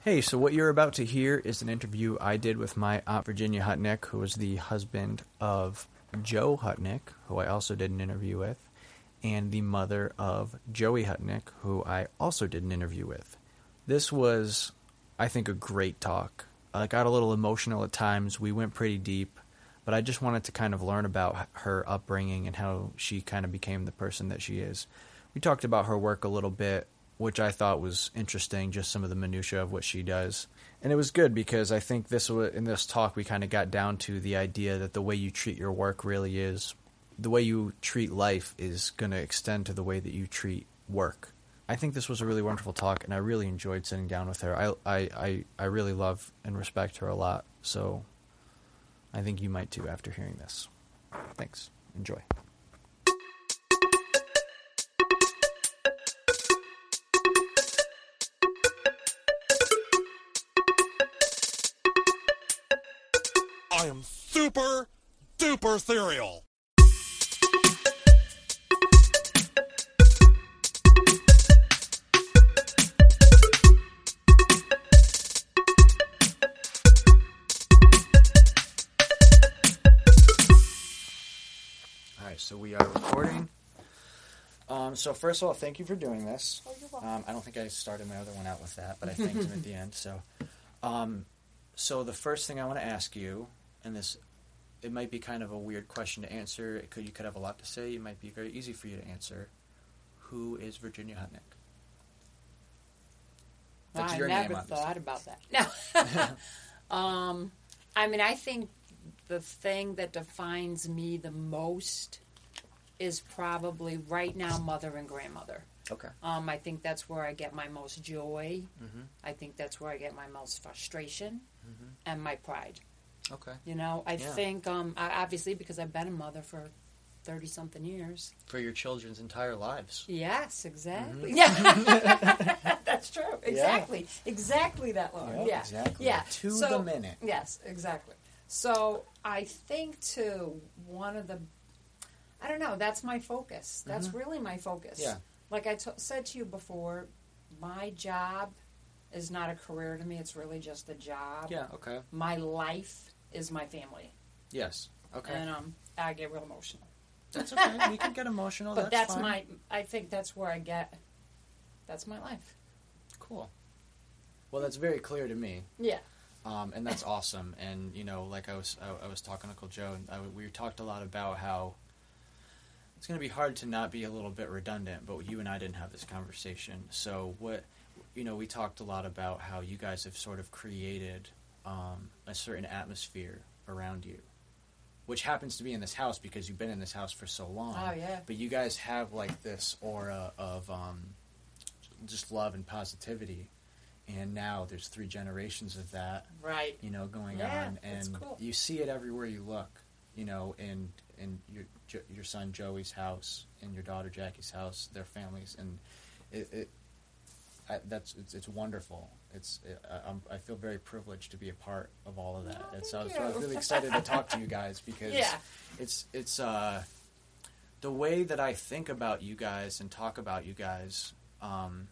Hey, so what you're about to hear is an interview I did with my aunt Virginia Hutnick, who was the husband of Joe Hutnick, who I also did an interview with, and the mother of Joey Hutnick, who I also did an interview with. This was, I think, a great talk. I got a little emotional at times. We went pretty deep, but I just wanted to kind of learn about her upbringing and how she kind of became the person that she is. We talked about her work a little bit, which I thought was interesting, just some of the minutia of what she does. And it was good because I think this wa- in this talk we kind of got down to the idea that the way you treat your work really is the way you treat life is going to extend to the way that you treat work. I think this was a really wonderful talk, and I really enjoyed sitting down with her. I I I, I really love and respect her a lot. So I think you might too after hearing this. Thanks. Enjoy. I am super duper serial. All right, so we are recording. Um, so first of all, thank you for doing this. Oh, you're welcome. Um, I don't think I started my other one out with that, but I thanked him at the end. So, um, so the first thing I want to ask you, and this, it might be kind of a weird question to answer. It could you could have a lot to say. It might be very easy for you to answer. Who is Virginia Hutnick? That's I your never name, obviously. thought about that. No. um, I mean, I think the thing that defines me the most is probably right now mother and grandmother. Okay. Um, I think that's where I get my most joy. Mm-hmm. I think that's where I get my most frustration and my pride. Okay. You know, I Mm-hmm. Yeah. think um, I, obviously because I've been a mother for thirty something years. For your children's entire lives. Yes, Mm-hmm. exactly. Yeah, that's true. Exactly, exactly that long. Yeah, Exactly. Yeah. To So- the minute. Yes, exactly. So I think too one of the, I don't know. That's my focus. That's really my focus. Mm-hmm. Yeah. Like I t- said to you before, my job is not a career to me. It's really just a job. Yeah. Okay. My life is my family, Yes. Okay. and um, I get real emotional. That's okay. We can get emotional. but that's, Oh, fine. my. I think that's where I get. That's my life. Cool. Well, that's very clear to me, Yeah. um, and that's awesome. And you know, like I was, I, I was talking to Uncle Joe, and I, we talked a lot about how it's going to be hard to not be a little bit redundant. But you and I didn't have this conversation. So what, you know, we talked a lot about how you guys have sort of created um, a certain atmosphere around you, which happens to be in this house because you've been in this house for so long. Oh, yeah. But you guys have like this aura of um, just love and positivity. And now there's three generations of that, Right. you know, going Yeah, on, that's and cool. you see it everywhere you look, you know, in in your Jo- your son Joey's house, in your daughter Jackie's house, their families, and it, it I, that's it's, it's wonderful. It's it, I, I'm, I feel very privileged to be a part of all of that. Oh, and so I was, thank I was you. really excited to talk to you guys because Yeah. it's it's uh, the way that I think about you guys and talk about you guys um,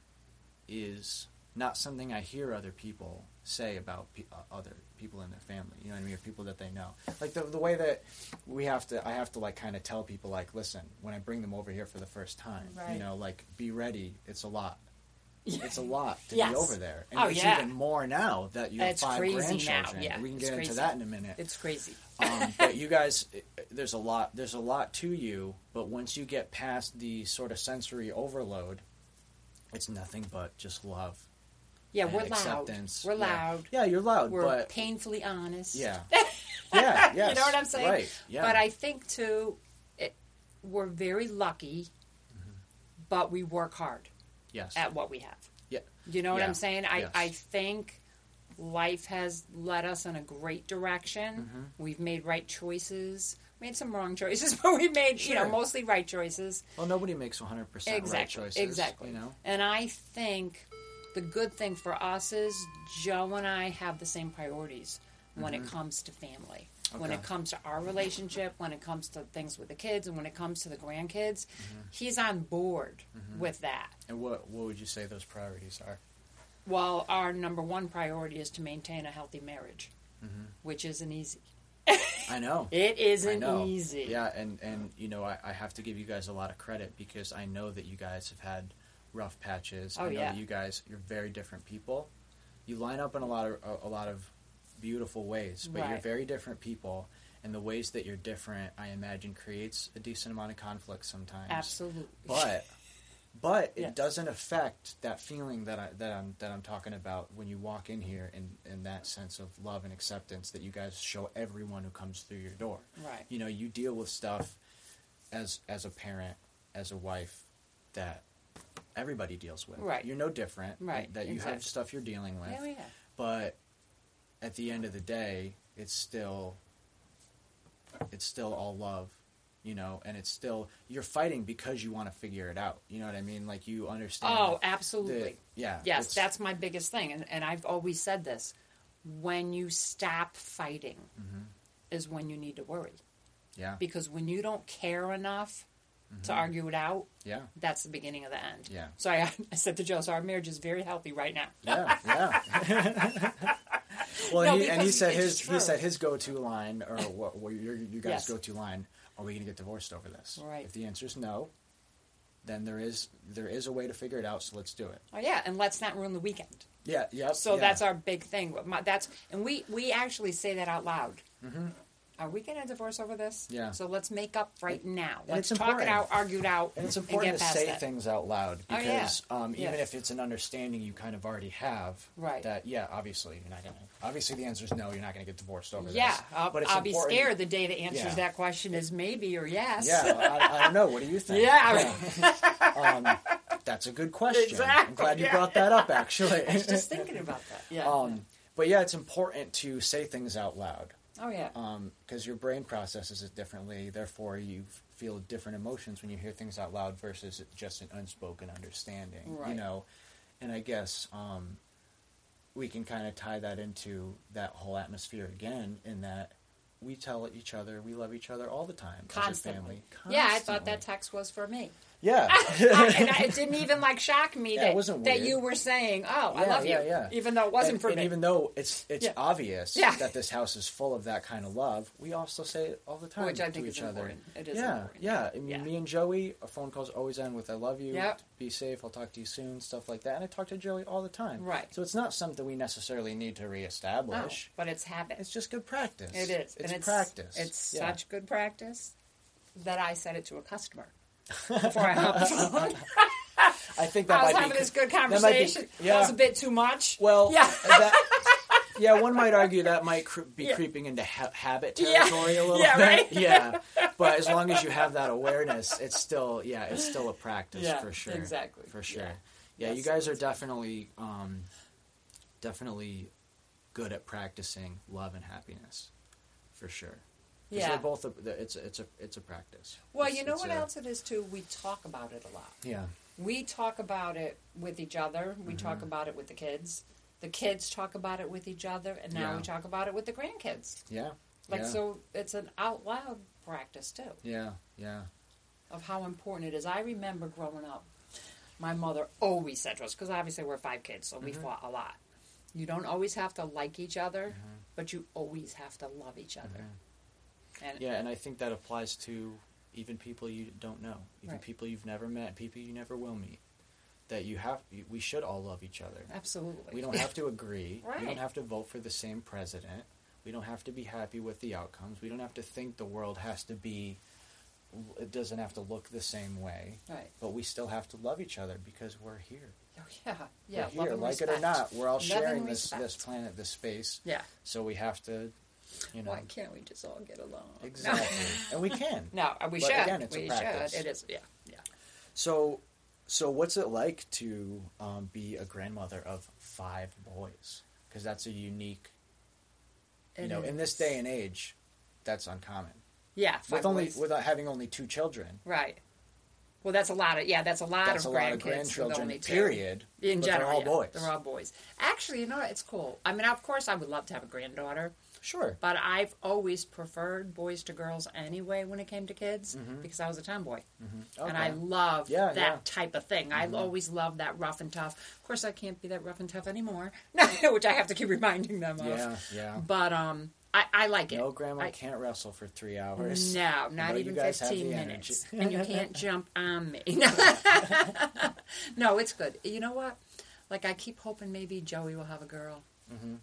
is not something I hear other people say about pe- uh, other people in their family. You know what I mean? Or people that they know. Like the the way that we have to, I have to like kind of tell people like, listen, when I bring them over here for the first time, you Right. know, like be ready. It's a lot. It's a lot to Yes. be over there, and Oh, it's yeah. even more now that you have It's five crazy now, grandchildren. yeah. We can It's get into crazy. that in a minute It's crazy. um, but you guys there's a lot there's a lot to you but once you get past the sort of sensory overload it's nothing but just love Yeah, and we're acceptance loud. We're Yeah. loud. yeah. you're loud We're but painfully honest. yeah yeah yes, you know what I'm saying? right yeah But I think too, it, we're very lucky, Mm-hmm. but we work hard yes at what we have. yeah You know what Yeah. I'm saying? I, Yes. I think life has led us in a great direction. Mm-hmm. We've made right choices. Made some wrong choices, but we made you know Sure. mostly right choices. well nobody makes 100% right exactly. choices Exactly. you know And I think the good thing for us is Joe and I have the same priorities when it comes to family. When Mm-hmm. Okay. it comes to our relationship, when it comes to things with the kids, and when it comes to the grandkids, Mm-hmm. he's on board with that. and what what would you say those priorities are well, our number one priority is to maintain a healthy marriage, Mm-hmm. which isn't easy. I know. It I isn't know. easy. Yeah, and and you know, I, I have to give you guys a lot of credit because I know that you guys have had rough patches. Oh, I know yeah. that you guys you're very different people. You line up in a lot of a, a lot of beautiful ways, but you're Right. very different people. And the ways that you're different, I imagine, creates a decent amount of conflict sometimes. Absolutely. But but it Yes. doesn't affect that feeling that I that I'm that I'm talking about when you walk in here and and that sense of love and acceptance that you guys show everyone who comes through your door. Right. You know, you deal with stuff as as a parent, as a wife that everybody deals with. Right. You're no different. Right, That you have exactly. stuff you're dealing with. Yeah, yeah. But at the end of the day, it's still it's still all love, you know, and it's still you're fighting because you want to figure it out. You know what I mean? Like you understand. Oh, the- absolutely. yeah. Yes, it's- that's my biggest thing. And, and I've always said this when you stop fighting, Mm-hmm. is when you need to worry. yeah. Because when you don't care enough to argue it out, yeah. that's the beginning of the end. Mm-hmm. Yeah. So I, I said to Joe, so our marriage is very healthy right now. Yeah, yeah. well, No, and, he, and he because said it's his true. he said his go to line or what, what your you guys Yes. go to line. Are we going to get divorced over this? Right. If the answer is no, then there is there is a way to figure it out. So let's do it. Oh, yeah. And let's not ruin the weekend. Yeah. Yep, So yeah. that's our big thing. My, that's and we we actually say that out loud. Are we going to divorce over this? Mm-hmm. Yeah. So let's make up right now. and Let's it's talk it important. out, argue it out, And it's get important to past say that. things out loud Oh, yeah. because um, even Yes. if it's an understanding you kind of already have, Right. That yeah, obviously you're not gonna. Obviously the answer is no. You're not gonna get divorced over Yeah, this. I'll, but it's I'll be important- scared the day the answer Yeah. to that question is maybe or yes. Yeah, I, I don't know. What do you think? Yeah. Yeah. um, that's a good question. I'm Exactly, glad you yeah. brought that up, actually. I was just thinking about that. Yeah. um, but yeah, it's important to say things out loud oh yeah. because your brain processes it differently. Therefore, you f- feel different emotions when you hear things out loud versus it just an unspoken understanding. You Right. know, and I guess um, we can kind of tie that into that whole atmosphere again in that. We tell each other we love each other all the time as a Constantly. family. Yeah, I thought Constantly. that text was for me. Yeah. I, and I, it didn't even like shock me Yeah, it that wasn't that weird. you were saying, "Oh, I Yeah, love yeah, you," yeah. even though it wasn't and, for and me. even though it's it's Yeah. obvious Yeah. that this house is full of that kind of love, we also say it all the time Which I to think each is other. important. It is yeah, important. yeah. I mean, Yeah. Me and Joey, a phone call's always end with "I love you." Yep. Be safe. I'll talk to you soon. Stuff like that, and I talk to Joey all the time. Right. So it's not something we necessarily need to No, reestablish. but it's habit. It's just good practice. It is. It's and it's practice. It's Yeah. such good practice that I said it to a customer before I hopped on. I think that I was might having be this good might be- conversation. That, yeah. was a bit too much. Well, yeah. that, yeah, one might argue that might cr- be Yeah. creeping into ha- habit Yeah. territory a little Yeah, bit. right? Yeah, but as long as you have that awareness, it's still yeah, it's still a practice Yeah, for sure. exactly. for sure. Yeah. Yeah, you Yes, guys are definitely um, definitely good at practicing love and happiness, for sure. 'Cause Yeah. they're both a, they're- it's a, it's a it's a practice. Well, It's- you know it's what a- else it is too. We talk about it a lot. Yeah, We talk about it with each other. We Mm-hmm. talk about it with the kids. The kids talk about it with each other, and now Yeah. we talk about it with the grandkids. yeah, Like yeah. so, it's an out loud practice too. Yeah, yeah. of how important it is. I remember growing up, my mother always said to us, because obviously we're five kids, so Mm-hmm. we fought a lot. You don't always have to like each other, Mm-hmm. but you always have to love each other. And Mm-hmm. Yeah, and I think that applies to even people you don't know, even Right. people you've never met, people you never will meet. That you have, you- we should all love each other. absolutely. We don't have to agree. We Right. don't have to vote for the same president. We don't have to be happy with the outcomes. We don't have to think the world has to be. It doesn't have to look the same way. Right. But we still have to love each other because we're here. Oh, yeah. Yeah. we're here, love and like it or respect. not. We're all Love and sharing this respect. this planet, this space. Yeah. So we have to, you know, Why can't we just all get along? No. exactly, and we can. No, uh, we But should. again, it's a we practice. should. It is. Yeah. Yeah. So, so what's it like to um, be a grandmother of five boys? Because that's a unique, you It know, in this is. day and age, that's uncommon. Yeah. with five only boys. without having only two children, right. Well, that's a lot of yeah. That's a lot that's of a lot of grandkids with grandchildren. only two. Period. In but general, they're all yeah, boys. They're all boys. Actually, you know what? It's cool. I mean, of course, I would love to have a granddaughter, Sure. But I've always preferred boys to girls anyway when it came to kids because I was a tomboy. And I Mm-hmm. Okay. love Yeah, that yeah. Mm-hmm. type of thing. I always loved that rough and tough. Of course, I can't be that rough and tough anymore, which I have to keep reminding them of. Yeah, yeah. But um, I, I like it. No, Grandma I- can't wrestle for three hours. No, Although not you even guys have 15 the minutes. energy. and you can't jump on me. no, it's good. You know what? Like, I keep hoping maybe Joey will have a girl. Mm-hmm.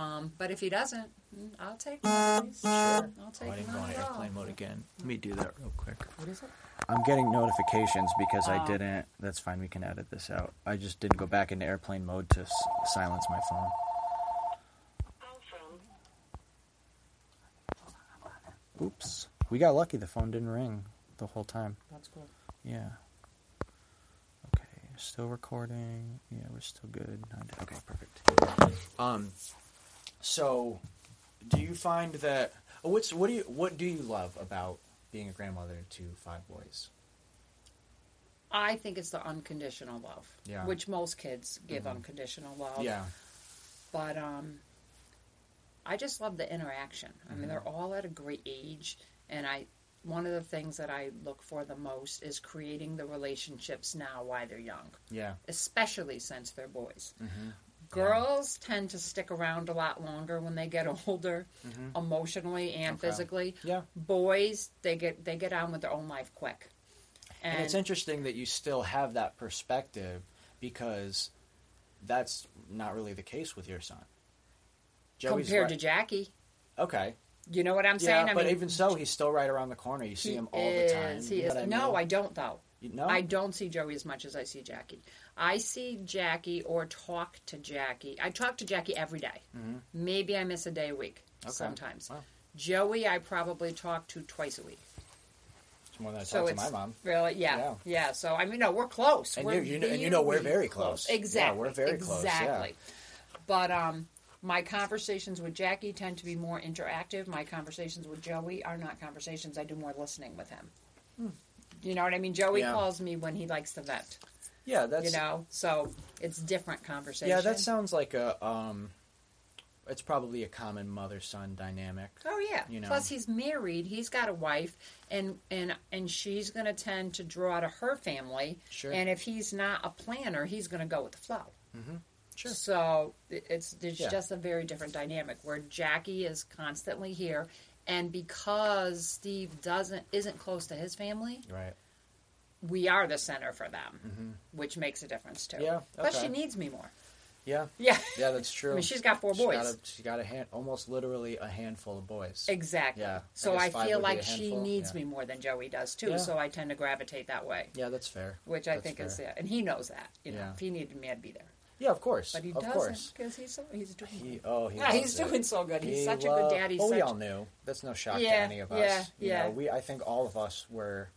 Um, but if he doesn't, mm, I'll take him. Sure. I'll take Oh, I him. didn't go on on at all. airplane mode again. Let me do that real quick. What is it? I'm getting notifications because I didn't. That's fine. We can edit this out. I just didn't go back into airplane mode to s- silence my phone. Oops. We got lucky. The phone didn't ring the whole time. That's cool. Yeah. Okay. Still recording. Yeah, we're still good. Nine- Okay, perfect. Um, So, do you find that oh, what's what do you what do you love about being a grandmother to five boys? I think it's the unconditional love, Yeah. Mm-hmm. which most kids give unconditional love. Yeah. But um, I just love the interaction. I mean, they're Mm-hmm. all at a great age, and I one of the things that I look for the most is creating the relationships now while they're young, Yeah. especially since they're boys. Mm-hmm. Girls tend to stick around a lot longer when they get older, emotionally and Mm-hmm. Okay. physically. Yeah. Boys, they get they get on with their own life quick. And, it's interesting that you still have that perspective because that's not really the case with your son. Joey's compared to right- Jackie. okay, You know what I'm yeah, saying? I but mean, even so, he's still right around the corner. You see he him all the time. is- he You know is. what I No, mean? I don't though. You know? I don't see Joey as much as I see Jackie. I see Jackie or talk to Jackie. I talk to Jackie every day. Maybe I miss a day a week Mm-hmm. Okay. sometimes. Wow. Joey, I probably talk to twice a week. It's more than I so talk to it's my mom. really yeah, Yeah. yeah. So I mean, no, we're close. And we're you- you know- and you know we're really very close. Yeah, Exactly. we're very exactly. close, yeah. But um, my conversations with Jackie tend to be more interactive. My conversations with Joey are not conversations. I do more listening with him. You know what I mean? Joey Hmm. Yeah. calls me when he likes to vent. Yeah, that's You know, so it's different conversation. yeah, that sounds like a um, it's probably a common mother son dynamic. Oh yeah. you know. Plus, he's married. He's got a wife, and and and she's going to tend to draw to her family. Sure. And if he's not a planner, he's going to go with the flow. Mm-hmm. Sure. So it- it's it's Yeah. just a very different dynamic where Jackie is constantly here, and because Steve doesn't isn't close to his family, Right. we are the center for them, which makes a difference too. Mm-hmm. Yeah, Plus, okay. she needs me more. Yeah. Yeah. Yeah, that's true. I mean, she's got four She boys. got a- she got a hand, almost literally a handful of boys. Exactly. Yeah, I so guess I five feel would be a like she handful, needs yeah. me more than Joey does too. Yeah. So I tend to gravitate that way, Yeah, that's fair. which I That's think is fair. it. And he knows that. You know, Yeah. if he needed me, I'd be there. Yeah, of course. But he of doesn't course. because he's so he's doing. He, oh, he yeah, loves he's it. doing so good. He's He such a loved- good dad. He's well, such we all knew. That's no shock Yeah, to any of us. yeah, you yeah. Know, we, I think all of us were,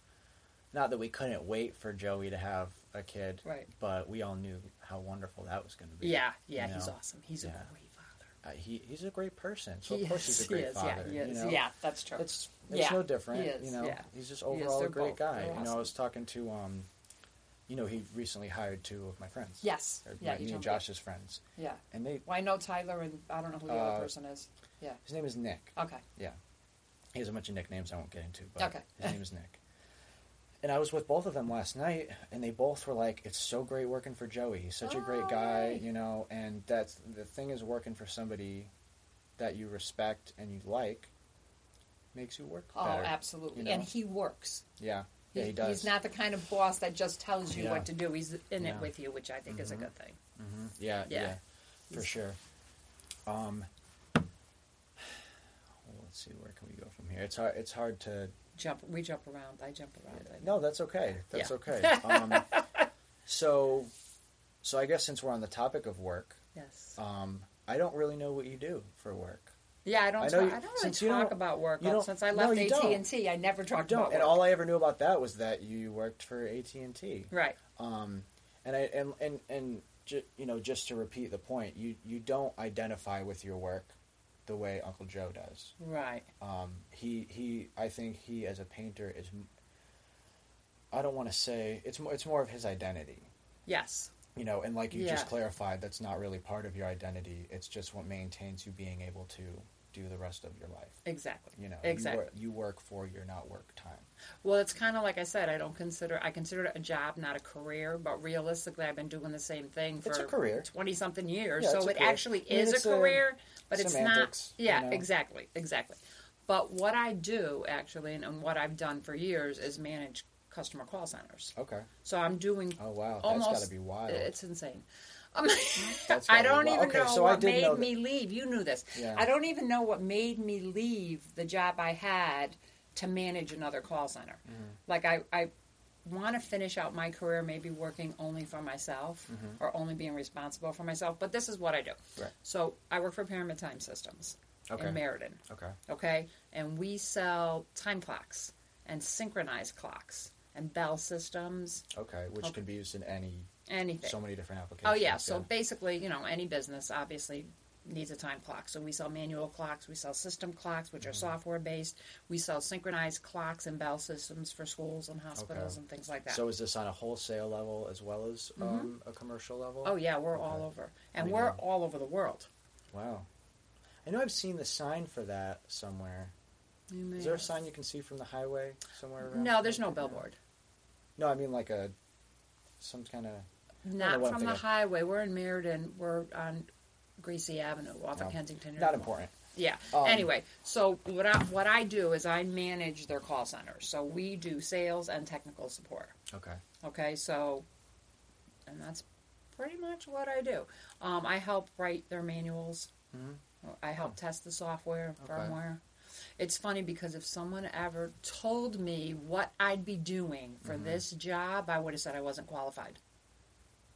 not that we couldn't wait for Joey to have a kid, Right. But we all knew how wonderful that was going to be. Yeah, yeah, you he's know? awesome. He's Yeah. a great father. Uh, he, he's a great person. So He of course he's is, a great he is, father. Yeah, he you is. know? yeah, that's true. It's it's Yeah, no different. he is, you know, yeah, he's just He is, overall a they're great both- guy. they're You know, I awesome. was talking to um, you know, he recently hired two of my friends. yes. Or Yeah, my, you me and told me. Josh's friends, Yeah. and they Well, I know Tyler, and I don't know who the Uh, other person is. Yeah. his name is Nick. Okay. Yeah. He has a bunch of nicknames I won't get into, but Okay. his name is Nick. And I was with both of them last night, and they both were like, "It's so great working for Joey. He's such a great Oh, guy, yay. you know." And that's the thing is working for somebody that you respect and you like makes you work Oh, better. absolutely. you know? And he works. Yeah, yeah, he He's- does. He's not the kind of boss that just tells you Yeah. what to do. He's in Yeah. Mm-hmm. it with you, which I think is a good thing. Yeah, yeah, Yeah. for sure. Um, well, let's see, where can we go from here? It's hard. It's hard to. Jump, we jump around. I jump around. I No, that's okay. That's Yeah. okay. Um, so, so I guess since we're on the topic of work, Yes. um, I don't really know what you do for work. yeah, I don't. I I, know you- I don't really since talk you don't- about work. you don't- since I no, left you AT don't. and T, I never I talked don't. about And work. all I ever knew about that was that you worked for AT and T. Right. Um, and I and and and ju- you know, just to repeat the point, you you don't identify with your work the way Uncle Joe does. Right. Um, he he, I think he as a painter is. m- I don't want to say it's more. It's more of his identity, Yes. you know. And like you Yeah. just clarified, that's not really part of your identity. It's just what maintains you being able to do the rest of your life. Exactly. You know, exactly. you, wor- you work for your not work time. Well, it's kind of like I said. I don't consider I consider it a job, not a career. But realistically, I've been doing the same thing for It's a career. twenty something years. Yeah, it's so a it career. actually I mean, is it's a a career, but it's not. semantics, you Yeah, know? exactly, exactly. But what I do actually, and, and what I've done for years, is manage customer call centers. Okay. So I'm doing. Oh wow, almost, that's got to be wild. It's insane. Um, That's I gotta be don't wild. even Okay, know so I what did made know that- me leave. You knew this. Yeah. I don't even know what made me leave the job I had to manage another call center. Mm-hmm. Like I, I want to finish out my career, maybe working only for myself or only being responsible for myself. But this is what I do. Mm-hmm. Right. So I work for Pyramid Time Systems Okay. in Meriden. okay. Okay, and we sell time clocks and synchronized clocks and bell systems, Okay, which Okay. can be used in any anything. so many different applications. Oh yeah. So basically, you know, any business obviously needs a time clock. So we sell manual clocks, we sell system clocks, which are Mm-hmm. software based. We sell synchronized clocks and bell systems for schools and hospitals Okay. and things like that. Mm-hmm. So is this on a wholesale level as well as um, a commercial level? oh yeah, we're all Okay. over, and Pretty we're good. all over the world. Wow. I know I've seen the sign for that somewhere. Is there a sign you can see from the highway somewhere around? No, there's no Like, uh, billboard. No, I mean like a some kind of Not what I'm from the thinking. highway. We're in Meriden. We're on Gracie Avenue, off of No, Kensington. Oh. not Avenue. important. Yeah. Um, anyway, so what I what I do is I manage their call centers. So we do sales and technical support. Okay. Okay, so, and that's pretty much what I do. Um, I help write their manuals. I help test the software, Mm-hmm. Okay. firmware. It's funny because if someone ever told me what I'd be doing for Mm-hmm. this job, I would have said I wasn't qualified.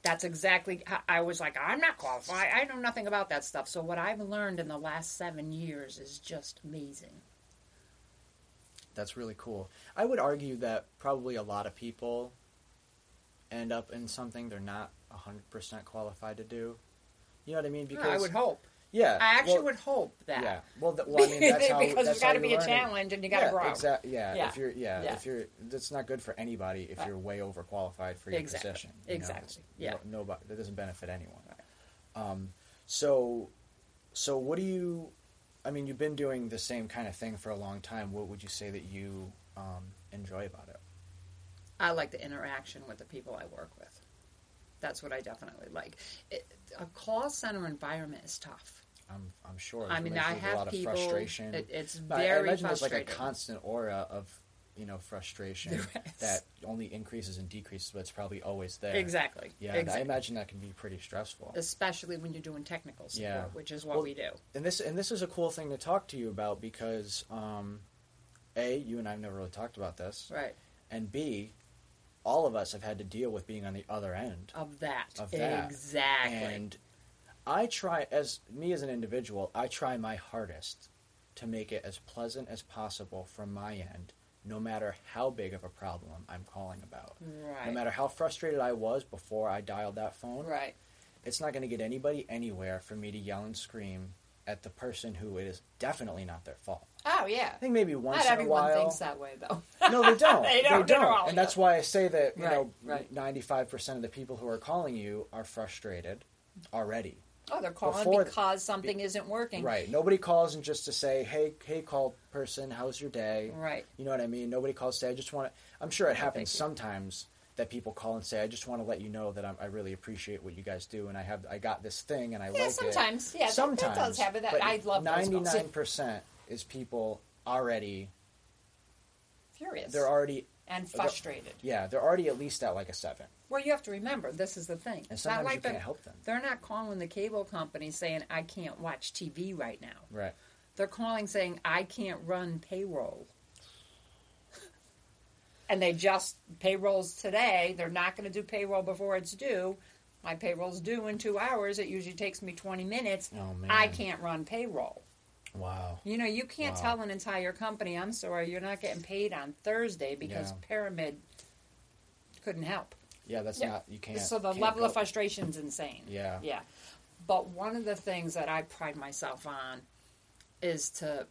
That's exactly how I was like, I'm not qualified. I know nothing about that stuff. So, what I've learned in the last seven years is just amazing. That's really cool. I would argue that probably a lot of people end up in something they're not 100% qualified to do. You know what I mean? I would hope. Yeah. I actually well, would hope that. Yeah. Well, th- well I mean, that's how because that's there's got to how you be a learn it. challenge and you got to yeah, grow. exact- yeah, Yeah. If you're, yeah, Yeah. If you're, that's not good for anybody. If Right. you're way overqualified for your Exactly. position. you know, Exactly. it's- Yeah. No, nobody. That doesn't benefit anyone. Um. So, so what do you? I mean, you've been doing the same kind of thing for a long time. What would you say that you um, enjoy about it? I like the interaction with the people I work with. That's what I definitely like. It, a call center environment is tough. I'm, I'm sure. I it mean, relates I with have a lot of people- Frustration. it- it's I- I, very imagine there's like a frustrating. constant aura of, you know, frustration There is. that only increases and decreases, but it's probably always there. Exactly. Yeah, and I exactly. imagine that can be pretty stressful. Especially when you're doing technical support, Yeah. which is what Well, we do. And this and this is a cool thing to talk to you about because, um, a, you and I've never really talked about this, Right. and b, all of us have had to deal with being on the other end Of that. of that. Exactly. And I try as me as an individual, I try my hardest to make it as pleasant as possible from my end, no matter how big of a problem I'm calling about. No Right. matter how frustrated I was before I dialed that phone. right. It's not going to get anybody anywhere for me to yell and scream at the person who it is definitely not their fault. Oh, yeah. I think maybe once Not in everyone a while. thinks that way, though. No, they don't. They they don't. don't. They're all- And that's why I say that you Right, know right. ninety five percent of the people who are calling you are frustrated already. Oh, they're calling Before- because something isn't working. Right. Nobody calls and just to say, "Hey, hey, call person, how's your day?" Right. You know what I mean? Nobody calls to say, "I just want to." I'm sure it happens you. sometimes that people call and say, "I just want to let you know that I'm, I really appreciate what you guys do, and I have I got this thing, and I Yeah, like sometimes. it." Yeah, that- that does happen. That- I love those calls. ninety nine percent is people already. Furious. They're already and frustrated. yeah. They're already at least at like a seven. Well, you have to remember, this is the thing. And It's not sometimes like you can't they're- help them. They're not calling the cable company saying, I can't watch TV right now. Right. They're calling saying, I can't run payroll. And they just, payroll's today. They're not going to do payroll before it's due. My payroll's due in two hours. It usually takes me 20 minutes. Oh, man. I can't run payroll. Wow. You know, you can't Wow. tell an entire company, I'm sorry, you're not getting paid on Thursday because Yeah. Pyramid couldn't help. Yeah, that's Yeah. not you can't. So the can't level of go- frustration is insane. Yeah. Yeah. But one of the things that I pride myself on is to Mm-hmm.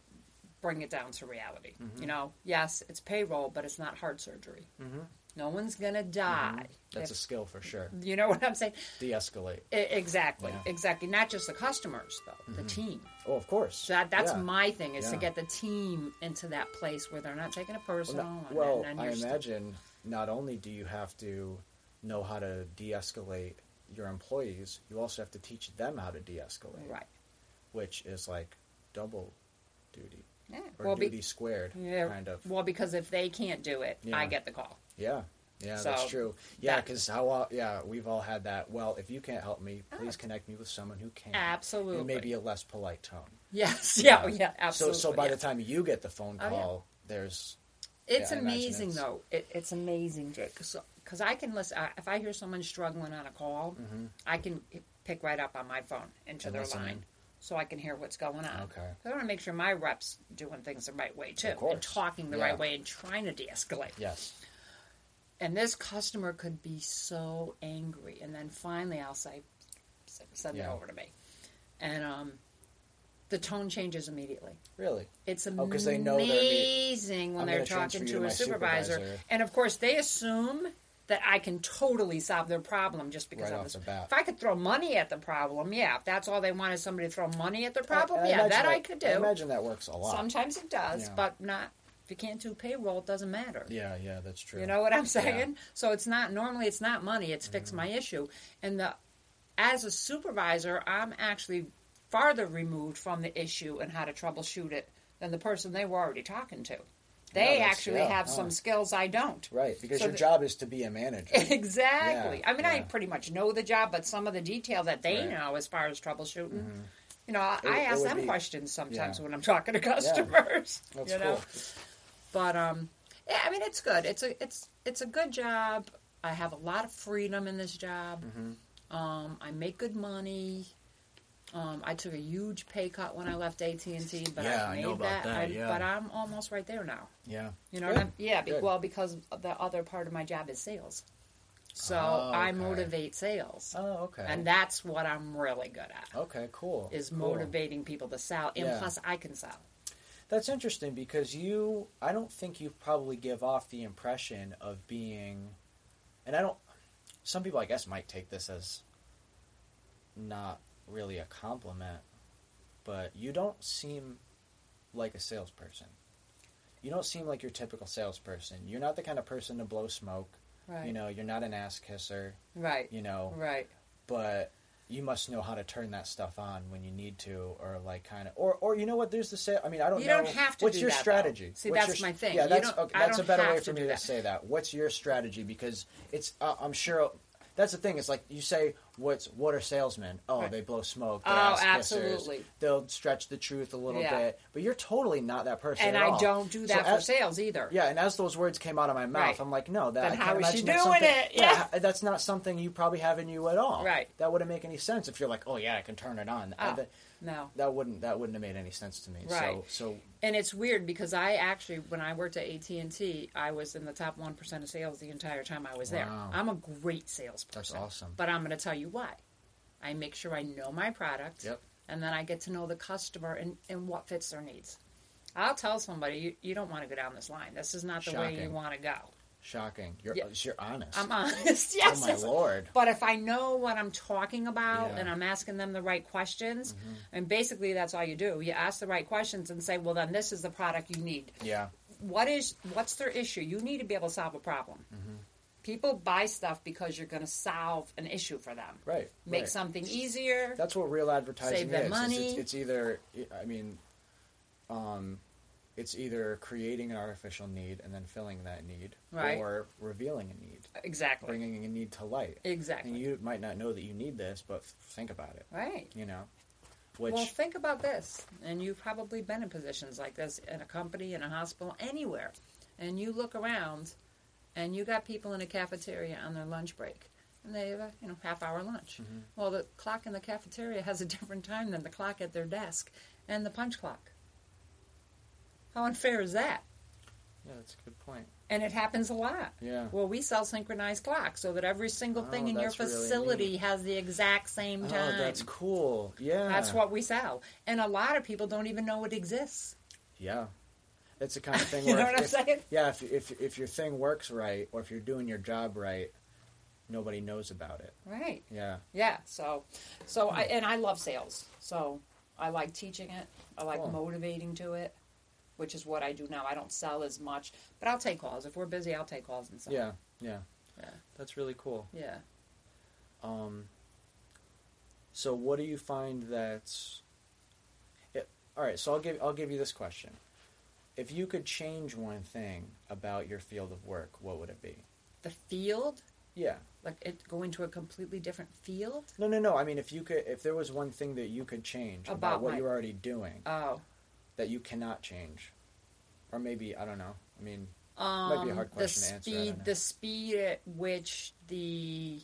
bring it down to reality. You know, yes, it's payroll, but it's not heart surgery. No one's gonna die. Mm-hmm. That's a If- skill for sure. you know what I'm saying? De-escalate. E- exactly, Yeah. exactly. Not just the customers though, the team. Oh, of course. So that that's Yeah. my thing is to Yeah. get the team into that place where they're not taking it personal. Well, and well, then I you're still- imagine not only do you have to know how to de-escalate your employees, you also have to teach them how to de-escalate, right. which is like double duty Yeah. or Well, be- duty squared, yeah. kind of. Well, because if they can't do it, Yeah. I get the call. yeah, yeah, that's So, true. Yeah, that- because how? all- Yeah, we've all had that. Well, if you can't help me, please connect me with someone who can. Ah. Absolutely. in maybe a less polite tone. Yes. Yeah. Yeah. absolutely. So, so by yeah. the time you get the phone Oh, yeah. call, there's It's Yeah, I imagine amazing, it's- though. It, it's amazing, Jake. Because I can listen. I, if I hear someone struggling on a call, I can pick right up on my phone into Mm-hmm. And their listen line, in. so I can hear what's going on. Okay. 'Cause I want to make sure my reps doing things the right way too, and course. talking the Yeah. right way, and trying to de-escalate. yes, And this customer could be so angry, and then finally I'll say, "S- "Send it Yeah. over to me," and um, the tone changes immediately. really. It's amazing Oh, 'cause they know they're gonna be- when I'm they're gonna transfer talking to, you to a my supervisor. supervisor. And of course, they assume that I can totally solve their problem just because Right I'm off this- the bat. If I could throw money at the problem, yeah. If that's all they want is somebody to throw money at the problem, And I yeah, imagine that I could do. imagine that works a lot. Sometimes it does, Yeah. but not. If you can't do payroll, it doesn't matter. Yeah, yeah, that's true. You know what I'm saying? So it's not normally it's not money, it's fix Mm-hmm. my issue. And the as a supervisor, I'm actually farther removed from the issue and how to troubleshoot it than the person they were already talking to. They that's- actually yeah, have huh. some skills I don't. Right, because So your the- job is to be a manager. Exactly. Yeah, I mean, I yeah. pretty much know the job, but some of the detail that they Right. Mm-hmm. know as far as troubleshooting, you know, I, It- I it ask would them be- questions sometimes yeah. when I'm talking to customers. That's you know? cool. But um, yeah, I mean, it's good. It's a it's it's a good job. I have a lot of freedom in this job. Mm-hmm. Um, I make good money. Um, I took a huge pay cut when I left AT and T, but Yeah, I I made know about that. that, I, yeah. But I'm almost right there now. Yeah. You know Good. what I'm? Yeah. Be, Good. well, because the other part of my job is sales, so Oh, I okay. motivate sales, Oh, okay. and that's what I'm really good at okay, cool. is cool. motivating people to sell, and Yeah. plus I can sell. That's interesting because you, I don't think you probably give off the impression of being, and I don't. Some people, I guess, might take this as not really a compliment, but you don't seem like a salesperson. You don't seem like your typical salesperson. You're not the kind of person to blow smoke. Right. You know, you're not an ass kisser. Right. You know, Right. but you must know how to turn that stuff on when you need to, or like kind of, or or you know what? There's the say. I mean, I don't. You know, don't have to What's do your that, though. strategy? See, What's that's your- my thing. Yeah, You that's don't- okay, I that's don't a better have way to for me do to that. say that. What's your strategy? Because it's. Uh, I'm sure. That's the thing. It's like you say, "What's what are salesmen? Oh, Right. they blow smoke. They're Oh, ass kissers. absolutely. They'll stretch the truth a little Yeah. bit, but you're totally not that person. And at I all. don't do that so for as- sales either. Yeah, and as those words came out of my mouth, Right. I'm like, no, that Then I can't how is she imagine that's doing something- it? Yeah. Yeah, I- that's not something you probably have in you at all. Right. That wouldn't make any sense if you're like, oh yeah, I can turn it on. I- Oh, that, no. that wouldn't that wouldn't have made any sense to me. Right. So so And it's weird because I actually, when I worked at AT and T, I was in the top one percent of sales the entire time I was there. Wow. I'm a great salesperson. awesome. But I'm going to tell you why. I make sure I know my product. Yep. And then I get to know the customer and, and what fits their needs. I'll tell somebody you, you don't want to go down this line. This is not the way you Shocking. want to go. shocking. You're Yeah. you're honest. I'm honest. oh Yes. my yes. lord. But if I know what I'm talking about Yeah. Mm-hmm. and I'm asking them the right questions, and basically that's all you do. You ask the right questions and say, well, then this is the product you need. Yeah. What is what's their issue? You need to be able to solve a problem. Mm-hmm. People buy stuff because you're going to solve an issue for them. Right. Make right. something easier. That's what real advertising Save is. them is money. It's, it's either I mean, um, it's either creating an artificial need and then filling that need, Right. or revealing a need. exactly. bringing a need to light. Exactly. And you might not know that you need this, but f- think about it. right. You know, which Well, think about this, and you've probably been in positions like this in a company, in a hospital, anywhere, and you look around, and you got people in a cafeteria on their lunch break, and they have a you know half hour lunch. Mm-hmm. Well, the clock in the cafeteria has a different time than the clock at their desk, and the punch clock. How unfair is that? yeah, that's a good point. And it happens a lot. Yeah. Well, we sell synchronized clocks so that every single Oh, thing in your that's really facility neat. has the exact same time. Oh, that's cool. Yeah, That's what we sell. And a lot of people don't even know it exists. Yeah, It's the kind of thing. You Where know if- what I'm if- saying? Yeah, if, if if your thing works right, or if you're doing your job right, nobody knows about it. Right. Yeah, Yeah. So, so I and I love sales. So I like teaching it. I like Cool. motivating to it, which is what I do now. I don't sell as much, but I'll take calls if we're busy. I'll take calls and stuff. yeah, yeah. Yeah. That's really cool. Yeah. Um, so what do you find that's it, all right? So I'll give I'll give you this question: If you could change one thing about your field of work, what would it be? The field, Yeah. like it go into a completely different field. No, no, no. I mean, if you could, if there was one thing that you could change about, About what my- you're already doing Oh, that you cannot change, or maybe I don't know. I mean, um, might be a hard the question to answer, I don't speed, know. the speed at which the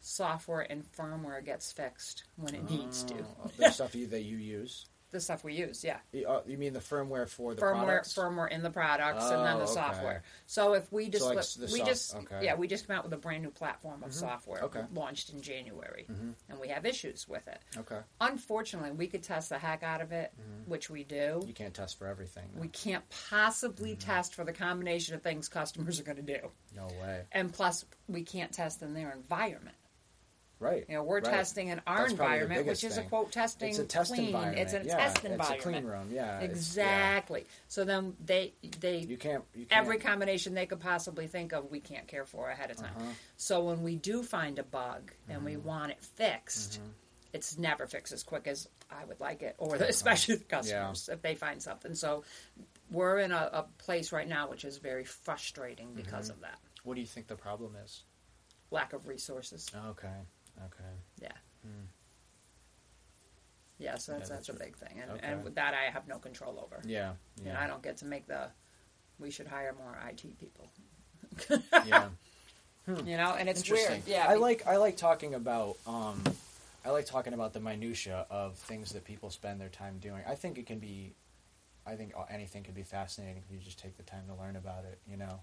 software and firmware gets fixed when it needs to. Oh, the stuff you, that you use. The stuff we use, yeah. You, uh, you mean the firmware for the firmware products? firmware in the products and then Oh, the okay. software. So if we just like let- s- the we soft- just okay. Mm-hmm. yeah we just come out with a brand new platform of software Okay. Mm-hmm. launched in January, and we have issues with it. Okay. Unfortunately, we could test the heck out of it, which we do. Mm-hmm. You can't Mm-hmm. test for everything. we can't possibly test for the combination of things customers are going to do, No way. and plus we can't test in their environment. Right. You know, we're right. testing in our That's probably the environment, biggest which is a thing. quote testing It's a test clean. environment. It's a yeah, test environment. It's a clean room. Yeah. it's- yeah. Exactly. So then they they You can't. You can't every combination they could possibly think of we can't care for ahead of time. Uh-huh. So when we do find a bug and we Mm-hmm. want it fixed, it's never fixed as quick as I would like it, or especially the customers if they find something. So we're in a, a place right now which is very frustrating because Mm-hmm. of that What do you think the problem is? lack of resources. Okay. Okay. Yeah. Yeah, so that's, Mm. Yeah, that's, that's a big thing, and, okay. and with that I have no control over. Yeah. You know, I don't get to make the. We should hire more IT people. yeah. You know, and it's weird. Yeah, I be- like I like talking about um, I like talking about the minutia of things that people spend their time doing. I think it can be, I think anything can be fascinating if you just take the time to learn about it. You know,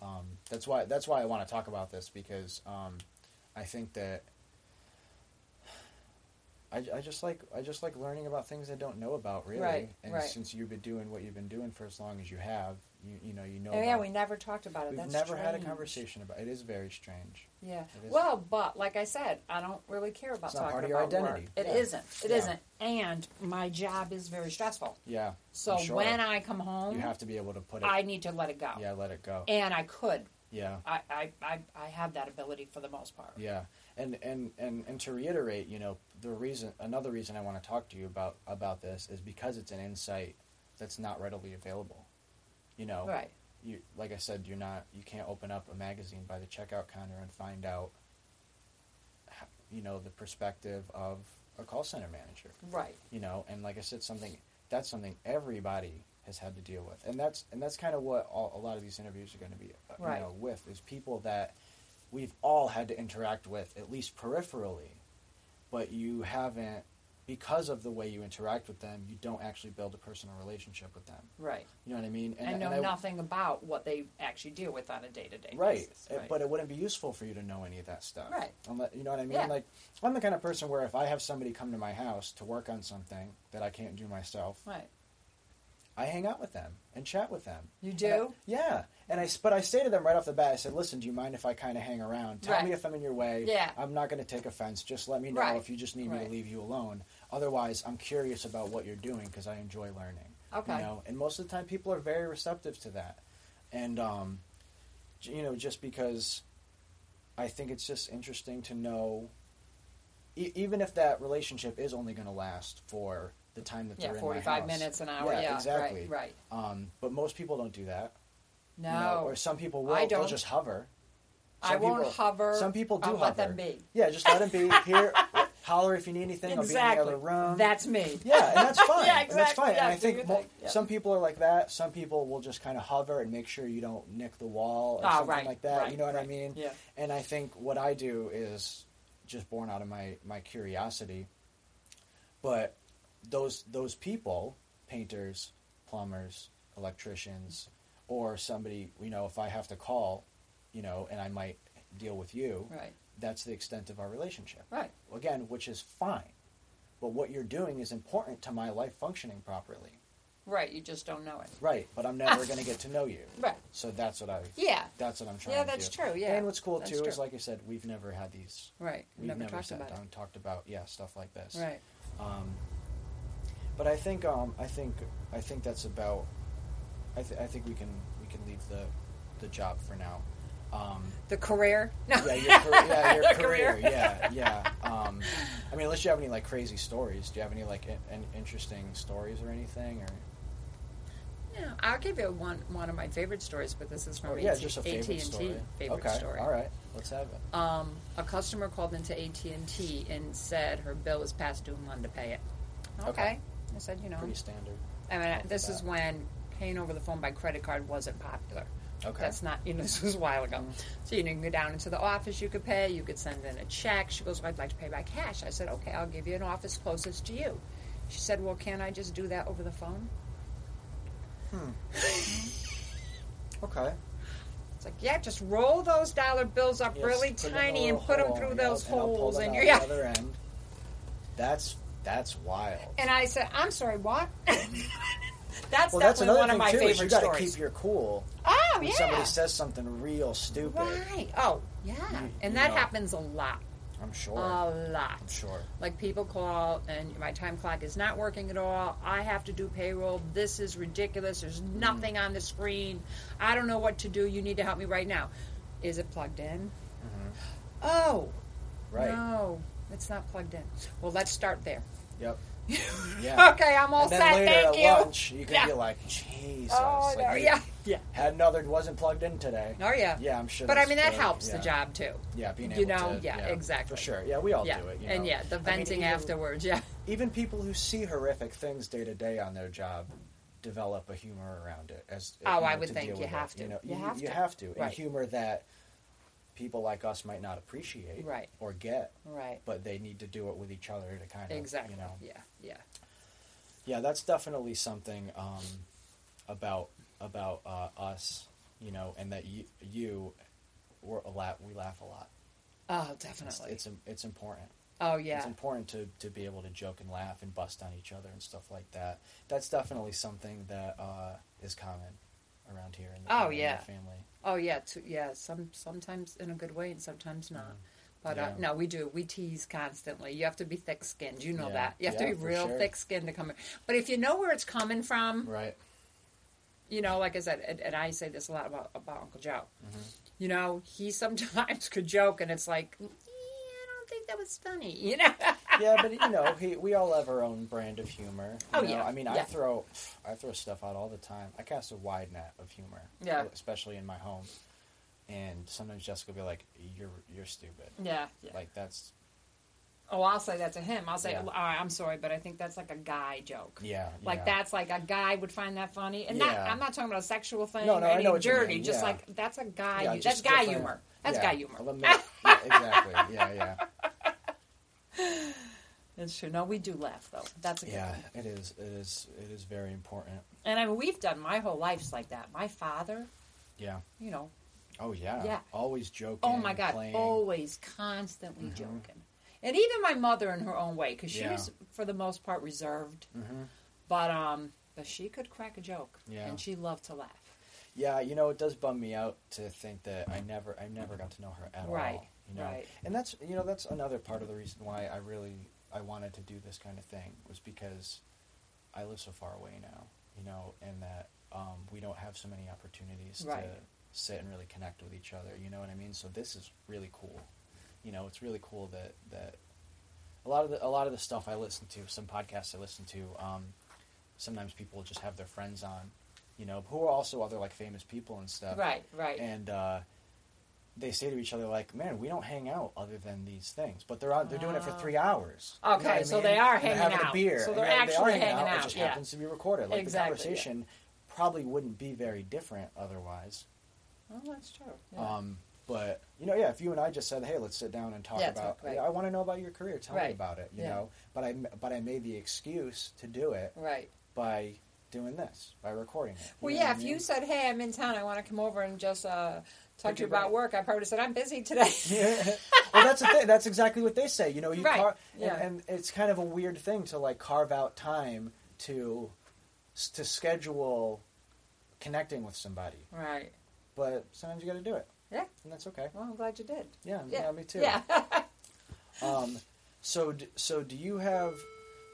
um, that's why that's why I want to talk about this because um, I think that. I, I just like I just like learning about things I don't know about really, Right, and right. since you've been doing what you've been doing for as long as you have, you you know you know. Oh, yeah, about- we never talked about it. we've That's never had a strange. conversation about it. Is very strange. Yeah. It is. Well, but like I said, I don't really care about It's not talking part of your about identity. work. It Yeah. not It Yeah. not And my job is very stressful. Yeah. So I'm sure. when I come home, you have to be able to put it. I need to let it go. yeah, let it go. And I could. yeah, I, I, I, I have that ability for the most part. yeah, and and and and to reiterate, you know, the reason another reason I want to talk to you about about this is because it's an insight that's not readily available. You know, Right. You like I said, you're not you can't open up a magazine by the checkout counter and find out, h- you know, the perspective of a call center manager. Right. you know and like i said something that's something everybody has had to deal with and that's and that's kind of what all, a lot of these interviews are going to be uh, Right. you know with is people that we've all had to interact with at least peripherally but you haven't because of the way you interact with them you don't actually build a personal relationship with them Right. you know what i mean And, know I- nothing about what they actually deal with on a day to day Right. basis. Uh, But it wouldn't be useful for you to know any of that stuff. Right. Unless, you know what I mean? Yeah. Like, I'm the kind of person where if I have somebody come to my house to work on something that I can't do myself, Right. I hang out with them and chat with them. You And I- do? yeah. And I, s- but I say to them right off the bat, I said, listen, do you mind if I kind of hang around? Tell Right. me if I'm in your way. Yeah. I'm not going to take offense. Just let me know Right. if you just need me Right. to leave you alone. Otherwise, I'm curious about what you're doing because I enjoy learning. Okay. You know, and most of the time, people are very receptive to that. And, um, j- you know, just because I think it's just interesting to know, e- even if that relationship is only going to last for the time that Yeah, they're in my 45 house. minutes, an hour. Yeah, exactly. Right. right. Um, but most people don't do that. No. you know, or some people will. I They'll don't. just hover. I Some won't people- hover. Some people do I'll hover. Let them be. Yeah, just let them be. Here, holler if you need anything. I'll be Exactly. in the other room. That's me. yeah, and that's fine. Yeah, And that's exactly. fine. Yeah, and I do think your mo- thing. Yeah. some people are like that. Some people will just kind of hover and make sure you don't nick the wall or Ah, something right, like that. right, you know what I right. mean? Yeah. And I think what I do is just born out of my my curiosity. But those those people, painters, plumbers, electricians, or somebody, you know, if I have to call, you know, and I might deal with you, Right. that's the extent of our relationship. Right. Again, which is fine. But what you're doing is important to my life functioning properly. Right, you just don't know it. Right, but I'm never going to get to know you. Right. So that's what I. Yeah. That's what I'm trying. Yeah, to that's do. true, yeah. And what's cool That's too is, true. like I said, we've never had these. Right. We've never, never, talked sat about down and talked about yeah stuff like this. it. Right. Um, but I think um, I think I think that's about. I, th- I think we can we can leave the the job for now. Um, The career? No. yeah, your, car- yeah, your The career. career. Yeah, yeah. Um, I mean, unless you have any like crazy stories. Do you have any like in- in- interesting stories or anything? Or Yeah, I'll give you one one of my favorite stories, but this is from or- AT, Oh, yeah, just a and favorite t story. favorite okay, story. all right, let's have it. Um, a customer called into AT and T and said her bill was past due and wanted to pay it. Okay, Okay. I said, you know, Pretty standard. I mean, off the this is bat. when paying over the phone by credit card wasn't popular. Okay. Mm-hmm. That's not, you know, this was a while ago. So, you know, you can go down into the office, you could pay, you could send in a check. She goes, well, I'd like to pay by cash. I said, okay, I'll give you an office closest to you. She said, well, can't I just do that over the phone? Okay. It's like, yeah, just roll those dollar bills up Yeah, really just put 'em tiny in a and put them hole, through yeah, those and I'll pull holes. them And out you're, yeah. the other end. That's that's wild. And I said, I'm sorry, what? that's well, that's definitely another one thing of my too. favorite is you got to stories. keep your cool oh, when yeah. somebody says something real stupid. Right. Oh, yeah. You- and you that know. happens a lot. I'm sure. A I'm lot. sure. Like people call and my time clock is not working at all. I have to do payroll. This is ridiculous. There's Mm. nothing on the screen. I don't know what to do. You need to help me right now. Is it plugged in? Oh, Mm-hmm. Right. no. It's not plugged in. Well, let's start there. Yep. Yeah. Okay, I'm all and then set. later Thank at you. lunch, you can Yeah. be like, Jesus. oh, like, no. you yeah. Yeah. Had another wasn't plugged in today. Oh, yeah. Yeah, I'm sure. But I that's mean, that good. helps Yeah. the job too. Yeah, being able You know, to. yeah, exactly. For sure. Yeah, we all yeah. do it. You and know. yeah, the I mean, venting even- afterwards. Yeah. Even people who see horrific things day to day on their job develop a humor around it. As Oh, you know, I would to think deal you with have it, to. You, know, You have you to. have to. And Right. humor that people like us might not appreciate. Right. Or get. Right. But they need to do it with each other to kind of. Exactly. You know. Yeah. Yeah. yeah that's definitely something um, about about uh, us you know and that you you we're a lot we laugh a lot Oh, it's definitely. it's, im- it's important oh, yeah. it's important to, to be able to joke and laugh and bust on each other and stuff like that that's definitely something that uh, is common around here in the, Oh, in the yeah. family Oh yeah, to, yeah. Some sometimes in a good way and sometimes not. But uh, Mm-hmm. Yeah. no, we do. We tease constantly. You have to be thick-skinned. You know Yeah. that. You have Yeah, to be for real sure. thick-skinned to come. But if you know where it's coming from, right you know, like I said, and, and I say this a lot about about Uncle Joe. Mm-hmm. You know, he sometimes could joke, and it's like, "Mm, "Yeah, I don't think that was funny. You know, yeah but you know he, we all have our own brand of humor you Oh, know? yeah. i mean i Yeah. throw i throw stuff out all the time i cast a wide net of humor Yeah. especially in my home and sometimes jessica will be like you're you're stupid yeah, yeah. like that's oh, I'll say that to him. I'll say, Yeah. "Oh, I'm sorry, but I think that's like a guy joke. yeah Like yeah. that's like a guy would find that funny, and not, Yeah. I'm not talking about a sexual thing No, or no, I any know what you dirty. mean, Just yeah. like that's a guy. Yeah, that's just guy different- humor. That's yeah. guy humor. Let me- yeah, exactly yeah yeah That's true. No, we do laugh though. That's a good yeah thing. it is it is it is very important And I mean, we've done my whole life's like that. My father, yeah you know, oh yeah Yeah. always joking oh my god, playing. Mm-hmm. always constantly joking, and even my mother in her own way, because she Yeah. was for the most part reserved, Mhm. but um, but she could crack a joke, Yeah. and she loved to laugh. Yeah, you know, it does bum me out to think that I never, I never got to know her at Right, all. You know? right. And that's, you know, that's another part of the reason why I really, I wanted to do this kind of thing was because I live so far away now, you know, and that um, we don't have so many opportunities to Right. sit and really connect with each other. You know what I mean? So this is really cool. You know, it's really cool that that a lot of the, a lot of the stuff I listen to, some podcasts I listen to, um, sometimes people just have their friends on, you know, who are also other like famous people and stuff. Right, right. And uh, they say to each other like, "Man, we don't hang out other than these things." But they're on, they're doing it for Ah. three hours. You know Okay, what I so mean? they are And they're hanging having out. a beer. So and they're they are actually hanging It out, just yeah. happens to be recorded. Like Exactly, yeah. the conversation probably wouldn't be very different otherwise. well, that's true. Yeah. Um, but you know, yeah, if you and I just said, "Hey, let's sit down and talk Yeah, about," talk, right. I want to know about your career. Tell me Right. about it. You Yeah. know, but I but I made the excuse to do it right. by doing this by recording it. You Well, know what yeah. I If you mean? said, "Hey, I'm in town. I want to come over and just uh, talk Take to you a about break. work," I probably said, "I'm busy today." Yeah. well, that's the thing. That's exactly what they say. You know, you Right. car- Yeah. and, and it's kind of a weird thing to like carve out time to s- to schedule connecting with somebody, Right. but sometimes you got to do it, Yeah. and that's okay. Well, I'm glad you did. Yeah, yeah, Yeah. me too. Yeah. Um, so d- so do you have?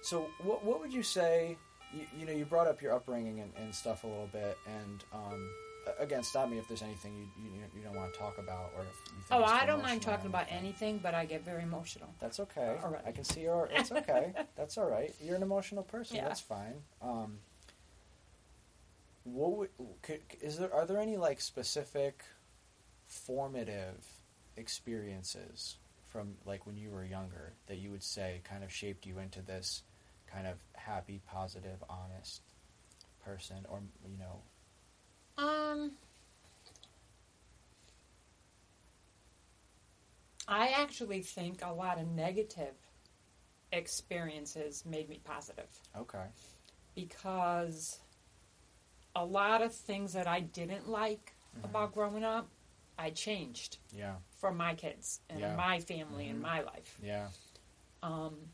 So what what would you say? You, you know, you brought up your upbringing and, and stuff a little bit, and um, a- again, stop me if there's anything you you, you don't want to talk about or. If you think oh, it's too I don't mind emotional or talking about anything. anything, but I get very emotional. That's okay. All right. I can see your. It's okay. That's all right. You're an emotional person. Yeah. That's fine. Um, what would, could, is there? Are there any like specific formative experiences from like when you were younger that you would say kind of shaped you into this kind of happy, positive, honest person, or you know, Um, I actually think a lot of negative experiences made me positive okay, because a lot of things that I didn't like Mm-hmm. about growing up, I changed yeah, for my kids and Yeah. my family and Mhm. my life. yeah, Um,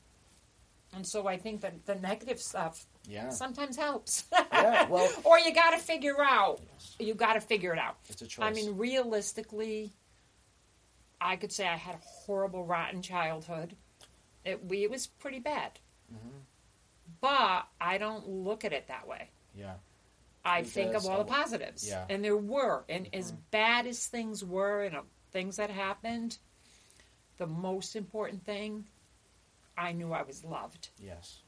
and so I think that the negative stuff yeah, sometimes helps. yeah. Well, or you got to figure out. You got to figure it out. it's a choice. I mean, realistically, I could say I had a horrible, rotten childhood. It, we, it was pretty bad. Mhm. But I don't look at it that way. yeah, I You think of just- all the positives. Yeah. Mm-hmm. And there were. And as bad as things were and uh, things that happened, the most important thing, I knew I was loved. yes,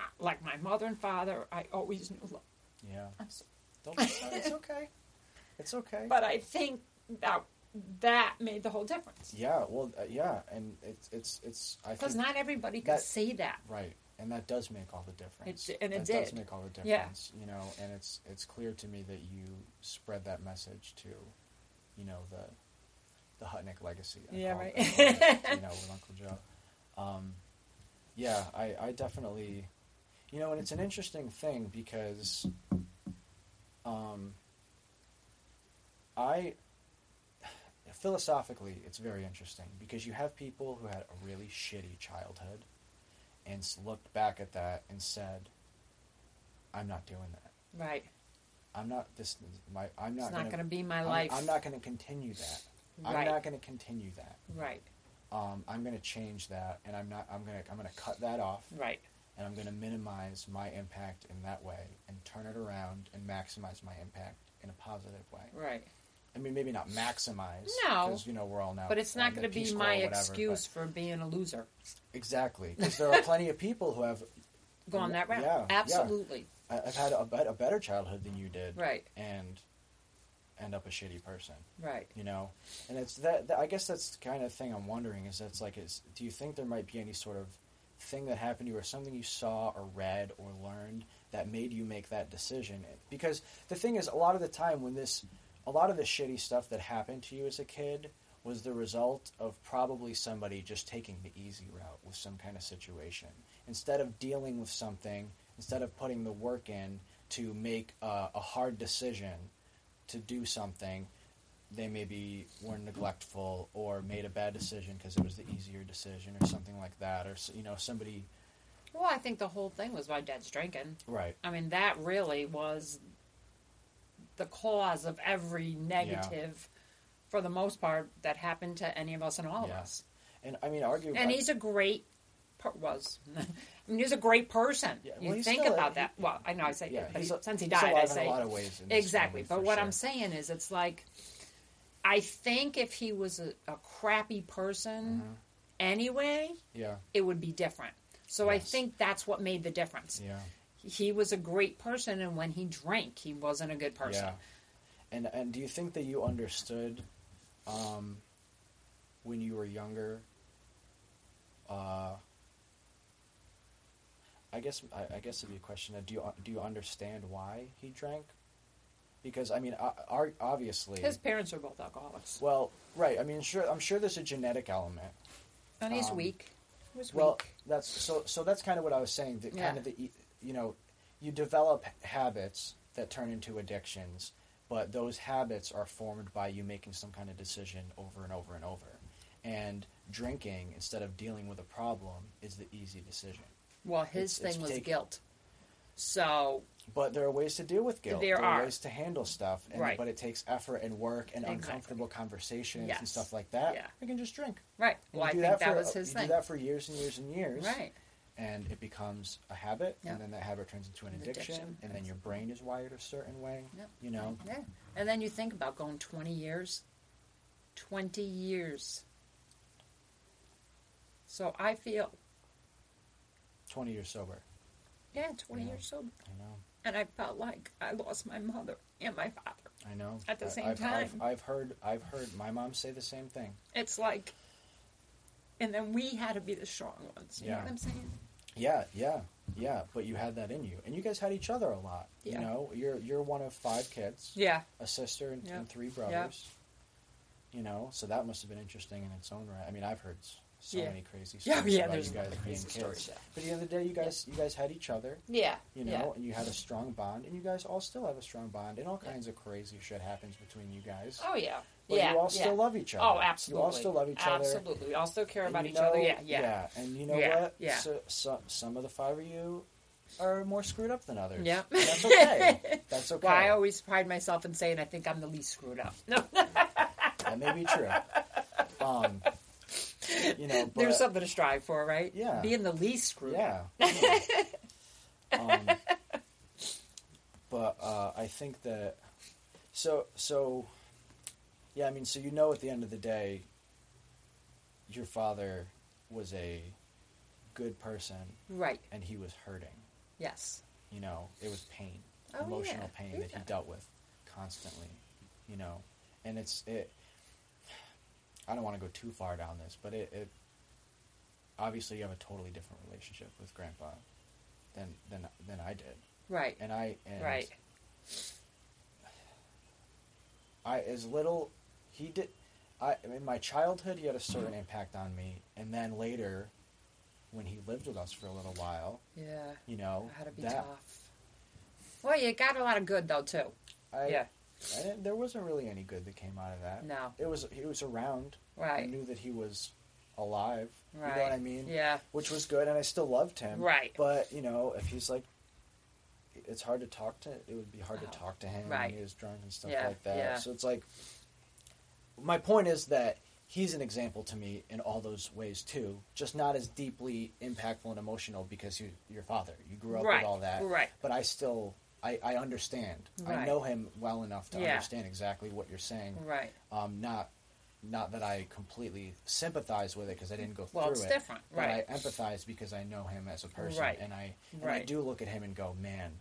I- Like my mother and father, I always knew love. yeah. I'm so Don't be sorry. It's okay. It's okay. But I think that that made the whole difference. yeah. Well. Uh, yeah. And it's it's it's. I Because think not everybody could That- say that. right. And that does make all the difference. It d- and it that does did. make all the Yeah. difference. You know. And it's it's clear to me that you spread that message to, you know, the, the Hutnick legacy. I Yeah, call it right. that, you know, with Uncle Joe. Um, yeah. I I definitely, you know, and it's an interesting thing because, um, I philosophically, it's very interesting because you have people who had a really shitty childhood and s- looked back at that and said, "I'm not doing that. Right. I'm not this. My I'm It's not. not gonna, going to be my I'm- life. I'm, not going to continue that. Right. I'm not going to continue that. Right. Um, I'm going to change that, and I'm not. I'm going to. I'm going to cut that off, Right. and I'm going to minimize my impact in that way, and turn it around and maximize my impact in a positive way. Right. I mean, maybe not maximize. No. because you know we're all now. But it's not on the going to be Peace Corps my or whatever, excuse for being a loser. but- exactly, because there are plenty of people who have Going that route. Yeah, yeah. Absolutely. I- I've had a, bet- a better childhood than you did, Right. and end up a shitty person, Right. you know. And it's that, that I guess that's the kind of thing I'm wondering is that's like, is do you think there might be any sort of thing that happened to you or something you saw or read or learned that made you make that decision? Because the thing is, a lot of the time when this, a lot of the shitty stuff that happened to you as a kid was the result of probably somebody just taking the easy route with some kind of situation instead of dealing with something instead of putting the work in to make uh, a hard decision to do something they maybe were neglectful or made a bad decision because it was the easier decision or something like that or s- you know somebody Well, I think the whole thing was my dad's drinking. right I mean, that really was the cause of every negative, for the most part, that happened to any of us and all of Yeah. us. and i mean argue And I- he's a great per- was. I mean, he's a great person. Yeah, you well, he's think still- about he- that. Well, I know I say, yeah, but he's he- a- since he he's died, alive I in a say lot of ways in this exactly. family, But for what sure. I'm saying is, it's like I think if he was a, a crappy person Mm-hmm. anyway, yeah it would be different. So I Yes. think that's what made the difference. yeah He was a great person, and when he drank, he wasn't a good person. Yeah. And and do you think that you understood um, when you were younger? Uh, I guess I, I guess it'd be a question of do you do you understand why he drank? Because I mean, o- ar- obviously, His parents are both alcoholics, well, right. I mean, sure. I'm sure there's a genetic element. and he's um, weak. He was Well, weak. that's so. So that's kind of what I was saying. That Yeah. kind of the, e- you know, you develop habits that turn into addictions, but those habits are formed by you making some kind of decision over and over and over. And drinking instead of dealing with a problem is the easy decision. Well, his It's- it's thing was take- guilt. So But there are ways to deal with guilt. There are. ways to handle stuff, and, Right. but it takes effort and work and Exactly. uncomfortable conversations Yes. and stuff like that. Yeah. We can just drink. Right. And Well, I you do think that, for, was his you thing. do that for years and years and years. Right. And it becomes a habit, Yeah. and then that habit turns into an An addiction, addiction. and then your brain is wired a certain way. Yep. You know, Yeah. And then you think about going 20 years. 20 years. So I feel, twenty years sober. yeah, 20 Yeah. years sober. I know. And I felt like I lost my mother and my father. I know. At the I- same I've, time. I've, I've heard. I've heard my mom say the same thing. It's like, and then we had to be the strong ones. You know Yeah. what I'm saying? Yeah, yeah, yeah. But you had that in you, and you guys had each other a lot. Yeah. You know, you're you're one of five kids, Yeah. a sister and, Yeah. and three brothers. You know, so that must have been interesting in its own right. I mean, I've heard s- so Yeah. many crazy Yeah, stories yeah, about there's you guys crazy being stories, kids. yeah. But the other day, you guys you guys had each other. Yeah. You know, and you had a strong bond, and you guys all still have a strong bond, and all Yeah. kinds of crazy shit happens between you guys. Oh, yeah. But yeah. you all yeah. still love each other. Oh, absolutely. You all still love each other. Absolutely. We all still care And about you each other. know- Yeah. Yeah. And you know Yeah, what? yeah. So, so, some of the five of you are more screwed up than others. Yeah. And That's okay. That's okay. Well, I always pride myself in saying I think I'm the least screwed up. No, That may be true. Um, you know, but there's something to strive for, right? Yeah. Being the least screwed up. yeah. yeah. um, but uh, I think that so so yeah. I mean, so you know, at the end of the day, your father was a good person, Right. and he was hurting. Yes. you know, it was pain, Oh, emotional yeah, pain that he yeah. dealt with constantly, you know, and it's it. I don't want to go too far down this, but it, it obviously you have a totally different relationship with Grandpa than than than I did, Right. and I and right. I as little he did. I in my childhood, he had a certain impact on me, and then later, when he lived with us for a little while, Yeah. you know, How to be that tough. Well, you got a lot of good though too. I, yeah. I didn't- there wasn't really any good that came out of that. No. It was he was around. I Right. knew that he was alive. Right. You know what I mean? Yeah. Which was good, and I still loved him. Right. But you know, if he's like, it's hard to talk to. It would be hard Oh. to talk to him. Right. When he was drunk and stuff Yeah, like that. yeah. So it's like, my point is that he's an example to me in all those ways too. Just not as deeply impactful and emotional because you, your father, you grew up Right, with all that. right. But I still. I, I understand. I Right. know him well enough to Yeah. understand exactly what you're saying Right. um, not not that I completely sympathize with it because I didn't go Well, through it's it. different, right. But I empathize because I know him as a person, Right, and I and I right. do look at him and go, man,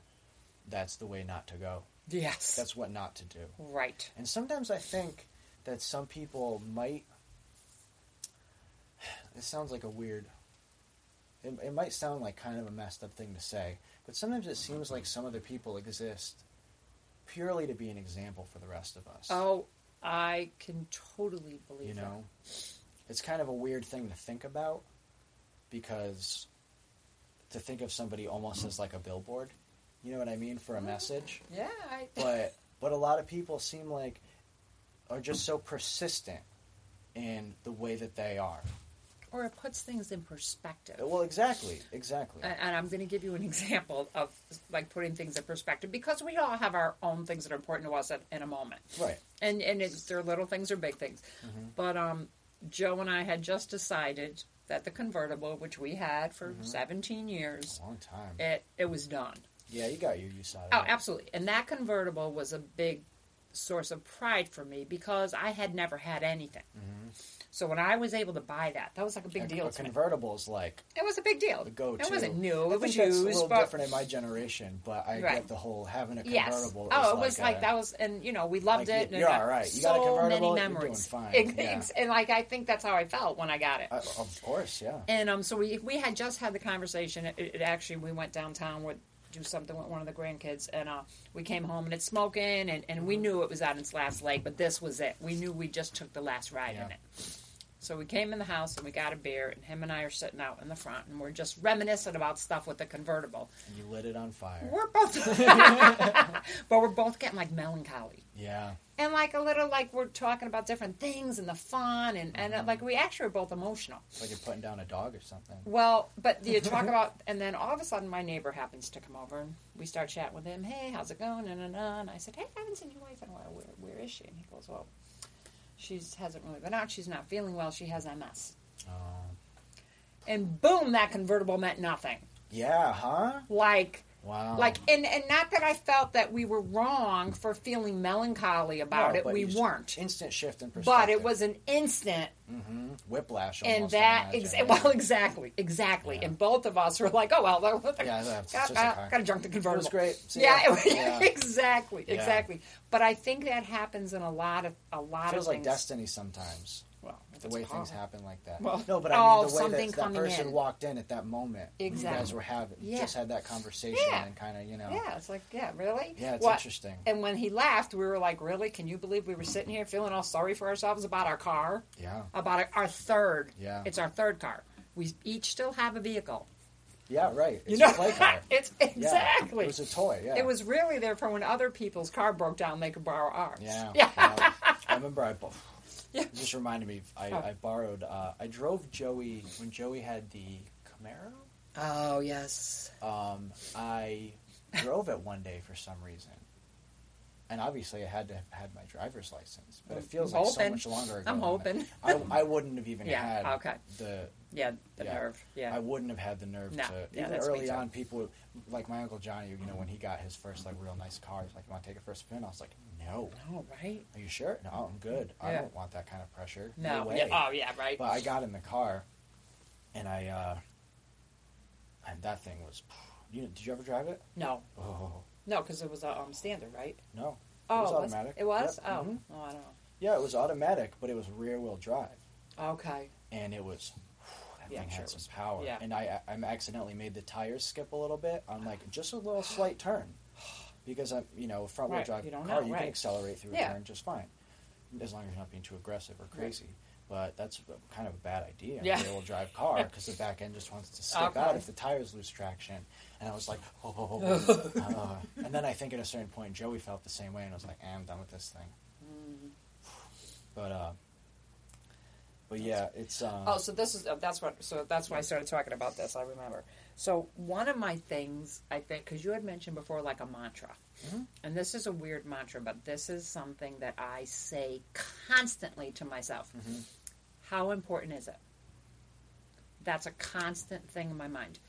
that's the way not to go. Yes. That's what not to do. right. And sometimes I think that some people might. This sounds like a weird. It, it might sound like kind of a messed up thing to say, but sometimes it seems like some other people exist purely to be an example for the rest of us Oh, I can totally believe you that. know it's kind of a weird thing to think about because to think of somebody almost as like a billboard you know what i Mm-hmm. mean for a message Yeah. I, but but a lot of people seem like are just so persistent in the way that they are or it puts things in perspective. well exactly exactly A- and I'm going to give you an example of like putting things in perspective because we all have our own things that are important to us at, in a moment, right and and it's they're little things or big things. Mm-hmm. But um, Joe and I had just decided that the convertible, which we had for Mm-hmm. 17 years, a long time it it was done. yeah you got your use out of Oh, it absolutely. And that convertible was a big source of pride for me because I had never had anything. So when I was able to buy that, that was like a big Mm-hmm. a, deal a to me. convertible is like It was a big deal. the go-to. It wasn't new. I It was think that's used, a little but different in my generation, but I Right. get the whole having a Yes. convertible. is Oh, it was a- like that was, and you know, we loved Like, it. and you- you're I- all right. You so got a convertible, many you're doing memories. fine. Ex- Yeah. ex- And like I think that's how I felt when I got it. Uh, of course, yeah. and um, so we we had just had the conversation. It, it actually we went downtown with do something with one of the grandkids, and uh, we came home and it's smoking, and and we knew it was on its last leg, but this was it. We knew we just took the last ride in Yeah. it. So we came in the house and we got a beer, and him and I are sitting out in the front, and we're just reminiscing about stuff with the convertible. You lit it on fire. We're both, but we're both getting like melancholy Yeah. and like a little like we're talking about different things and the fun and and uh, like we actually are both emotional. It's like you're putting down a dog or something. Well, but you talk about, and then all of a sudden, my neighbor happens to come over, and we start chatting with him. Hey, how's it going? And, and, and I said, Hey, I haven't seen your wife in a while. Where, where is she? And he goes, Well, she hasn't really been out. She's not feeling well. She has MS. Oh. And boom, that convertible meant nothing. Yeah, huh? Like, Wow. like, and and not that I felt that we were wrong for feeling melancholy about No, it. but We you just- weren't. Instant shift in perspective. But it was an instant Mhm. whiplash. and almost, I that imagine. ex- well exactly exactly Yeah. and both of us were like oh well Yeah, that's got, just a car. to junk the convertible great. See yeah, ya. it- Yeah. exactly Yeah. exactly but i think that happens in a lot of a lot feels of like things destiny sometimes. well if The it's way car. things happen like that. Well, no, but oh, I mean the way something that that coming person in. walked in at that moment. You guys Exactly. were having Yeah. just had that conversation Yeah. and kind of you know. yeah it's like yeah really Yeah, it's What- interesting. and when he left we were like really can you believe we were sitting here feeling all sorry for ourselves about our car Yeah. about our, our third Yeah. it's our third car we each still have a vehicle Yeah. Right. It's you a know play card. it's Yeah. exactly It was a toy. Yeah. It was really there for when other people's car broke down, they could borrow ours. Yeah. Yeah. yeah. I remember I. bo- Yeah. It just reminded me. I, Oh. I borrowed. Uh, I drove Joey when Joey had the Camaro. Oh, yes. Um, I drove it one day for some reason, and obviously I had to have had my driver's license. But it feels I'm like so hoping. much longer ago. I'm than hoping. that. I, I wouldn't have even Yeah, had okay. the. Yeah, the Yeah. nerve. Yeah. I wouldn't have had the nerve No, to. yeah, even that's me early too. on, people would- like my uncle Johnny. You know, when he got his first like real nice car, he's like, "You want to take it for a spin?" I was like, "No." no, Oh, right? Are you sure? No, I'm good. I Yeah. don't want that kind of pressure. No. way. Yeah. Oh, yeah, right? But I got in the car, and I, uh, and that thing was. You did you ever drive it? no. Oh No, because it was a um, standard, right? no, Oh, it was automatic. It was? Yep. Oh. Mhm. Oh, I don't know. yeah, it was automatic, but it was rear wheel drive, Okay. and it was. That Yeah, thing I'm sure had it some was- power, yeah. and I I accidentally made the tires skip a little bit on like just a little slight turn, because I'm you know front wheel Right, drive you don't car know, you right. can accelerate through Yeah. a turn just fine, as long as you're not being too aggressive or crazy. But that's a- kind of a bad idea in Yeah. a rear wheel drive car because the back end just wants to stick Okay. out if the tires lose traction. And I was like, oh, oh, oh, oh, uh. and then I think at a certain point Joey felt the same way and I was like, eh, I'm done with this thing. But uh, but yeah, it's um, Oh, so this is uh, that's what so that's why I started talking about this. I remember. So one of my things I think because you had mentioned before, like a mantra, Mm-hmm. and this is a weird mantra, but this is something that I say constantly to myself. Mm-hmm. How important is it? That's a constant thing in my mind.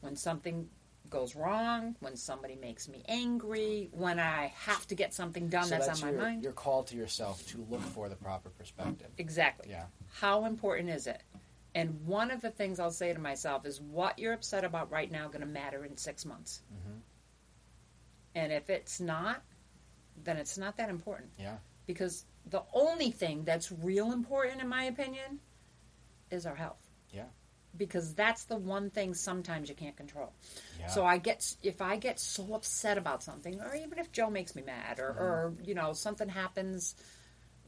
When something goes wrong, when somebody makes me angry, when I have to get something done so that's, on my your, mind. your call to yourself to look for the proper perspective. Exactly. Yeah. How important is it? And one of the things I'll say to myself is what you're upset about right now going to matter in six months. Mm-hmm. And if it's not, then it's not that important. Yeah, Because the only thing that's real important, in my opinion, is our health. yeah, Because that's the one thing sometimes you can't control. yeah. So I get if I get so upset about something, or even if Joe makes me mad, Mm-hmm. or, or you know something happens,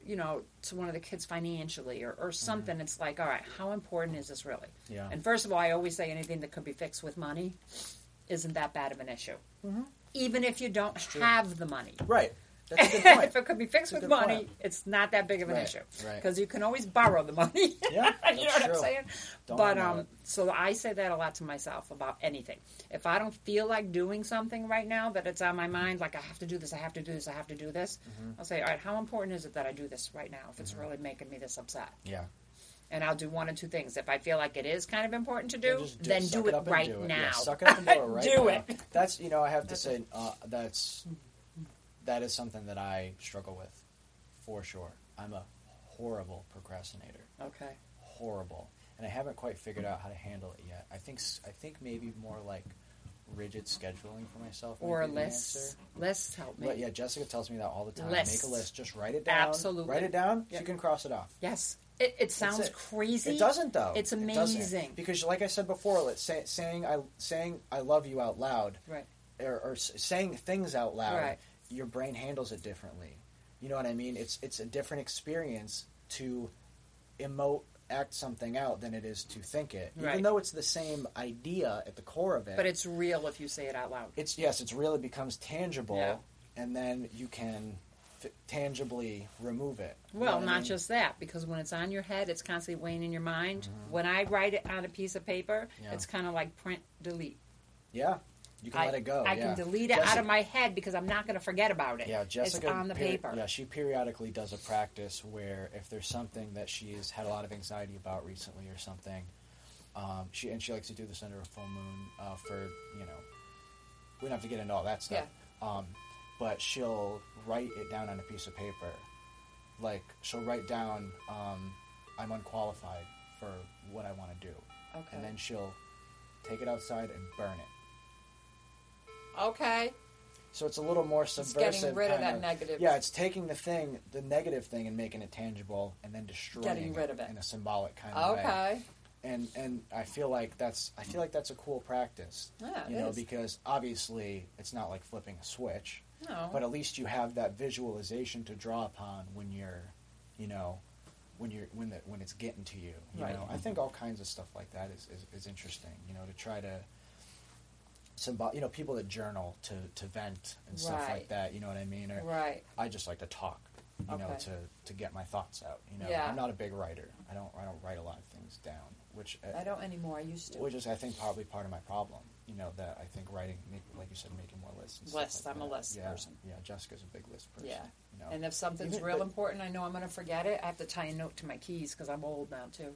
you know to one of the kids financially, or, or something, it's like, all right, how important is this really? Mm-hmm. Yeah. And first of all, I always say anything that could be fixed with money isn't that bad of an issue, Mm-hmm. even if you don't have the money. right. That's a good point. if it could be fixed That's a with good money, point. it's not that big of an Right, issue right. because you can always borrow the money. Yeah, you know that's what I'm true. saying? Don't but worry about um, it. so I say that a lot to myself about anything. If I don't feel like doing something right now that it's on my Mm-hmm. mind, like I have to do this, I have to do this, I have to do this, I'll say, all right, how important is it that I do this right now? If it's really making me this upset, Mm-hmm. Yeah, and I'll do one of two things. If I feel like it is kind of important to Yeah, do, just then suck do it up and right do it. now. Yeah, suck it up and do it right Do now. it. That's you know I have to say uh, that's that is something that I struggle with for sure. I'm a horrible procrastinator, Okay. horrible, and I haven't quite figured out how to handle it yet. I think s- I think maybe more like rigid scheduling for myself might Or be the lists. answer. Lists help me. But yeah, Jessica tells me that all the time. Lists. Make a list. Just write it down. Absolutely. Write it down. Yeah. You can cross it off. Yes. It, it sounds it. crazy. It doesn't though. It's It doesn't. amazing. because, like I said before, let's say, saying I saying I love you out loud, Right. or, or s- saying things out loud, Right. your brain handles it differently. You know what I mean? It's it's a different experience to emote act something out than it is to think it. Right. Even though it's the same idea at the core of it. But it's real if you say it out loud. it's yes, it's really becomes tangible, Yeah. and then you can f- tangibly remove it. You know Well, what I not mean? just that, because when it's on your head, it's constantly weighing in your mind. When I write it on a piece of paper, Mm-hmm. Yeah. it's kind of like print, delete. yeah. You can I, let it go. I can yeah. delete it out Jessica- of my head because I'm not going to forget about it. Yeah, Jessica. It's on the peri- paper. Yeah, she periodically does a practice where if there's something that she's had a lot of anxiety about recently or something, um, she and she likes to do this under a full moon uh, for you know, we don't have to get into all that stuff. Um, but she'll write it down on a piece of paper, like she'll write down, um, "I'm unqualified for what I want to do," Okay. and then she'll take it outside and burn it. okay. So it's a little more It's subversive. getting rid of kind that negative. Yeah, it's taking the thing, the negative thing, and making it tangible, and then destroying Getting rid it, of it. in a symbolic kind of way. Okay. And and I feel like that's I feel like that's a cool practice. Yeah, it you know, is. because obviously it's not like flipping a switch, No. but at least you have that visualization to draw upon when you're, you know, when you're when the, when it's getting to you. You Right. know, I think all kinds of stuff like that is, is, is interesting. You know, to try to. Symbol, you know, people that journal to, to vent and stuff Right. like that. You know what I mean? Or, right. I just like to talk, you know, Okay. to, to get my thoughts out. You know, Yeah. I'm not a big writer. I don't I don't write a lot of things down, which uh, I don't anymore. I used to. which is I think probably part of my problem. You know, that I think writing, make, like you said, making more lists. and stuff Lists. like I'm a that. list yeah, person. Yeah, Jessica's a big list person. Yeah. You know? And if something's Even- real but- important, I know I'm going to forget it. I have to tie a note to my keys because I'm old now too.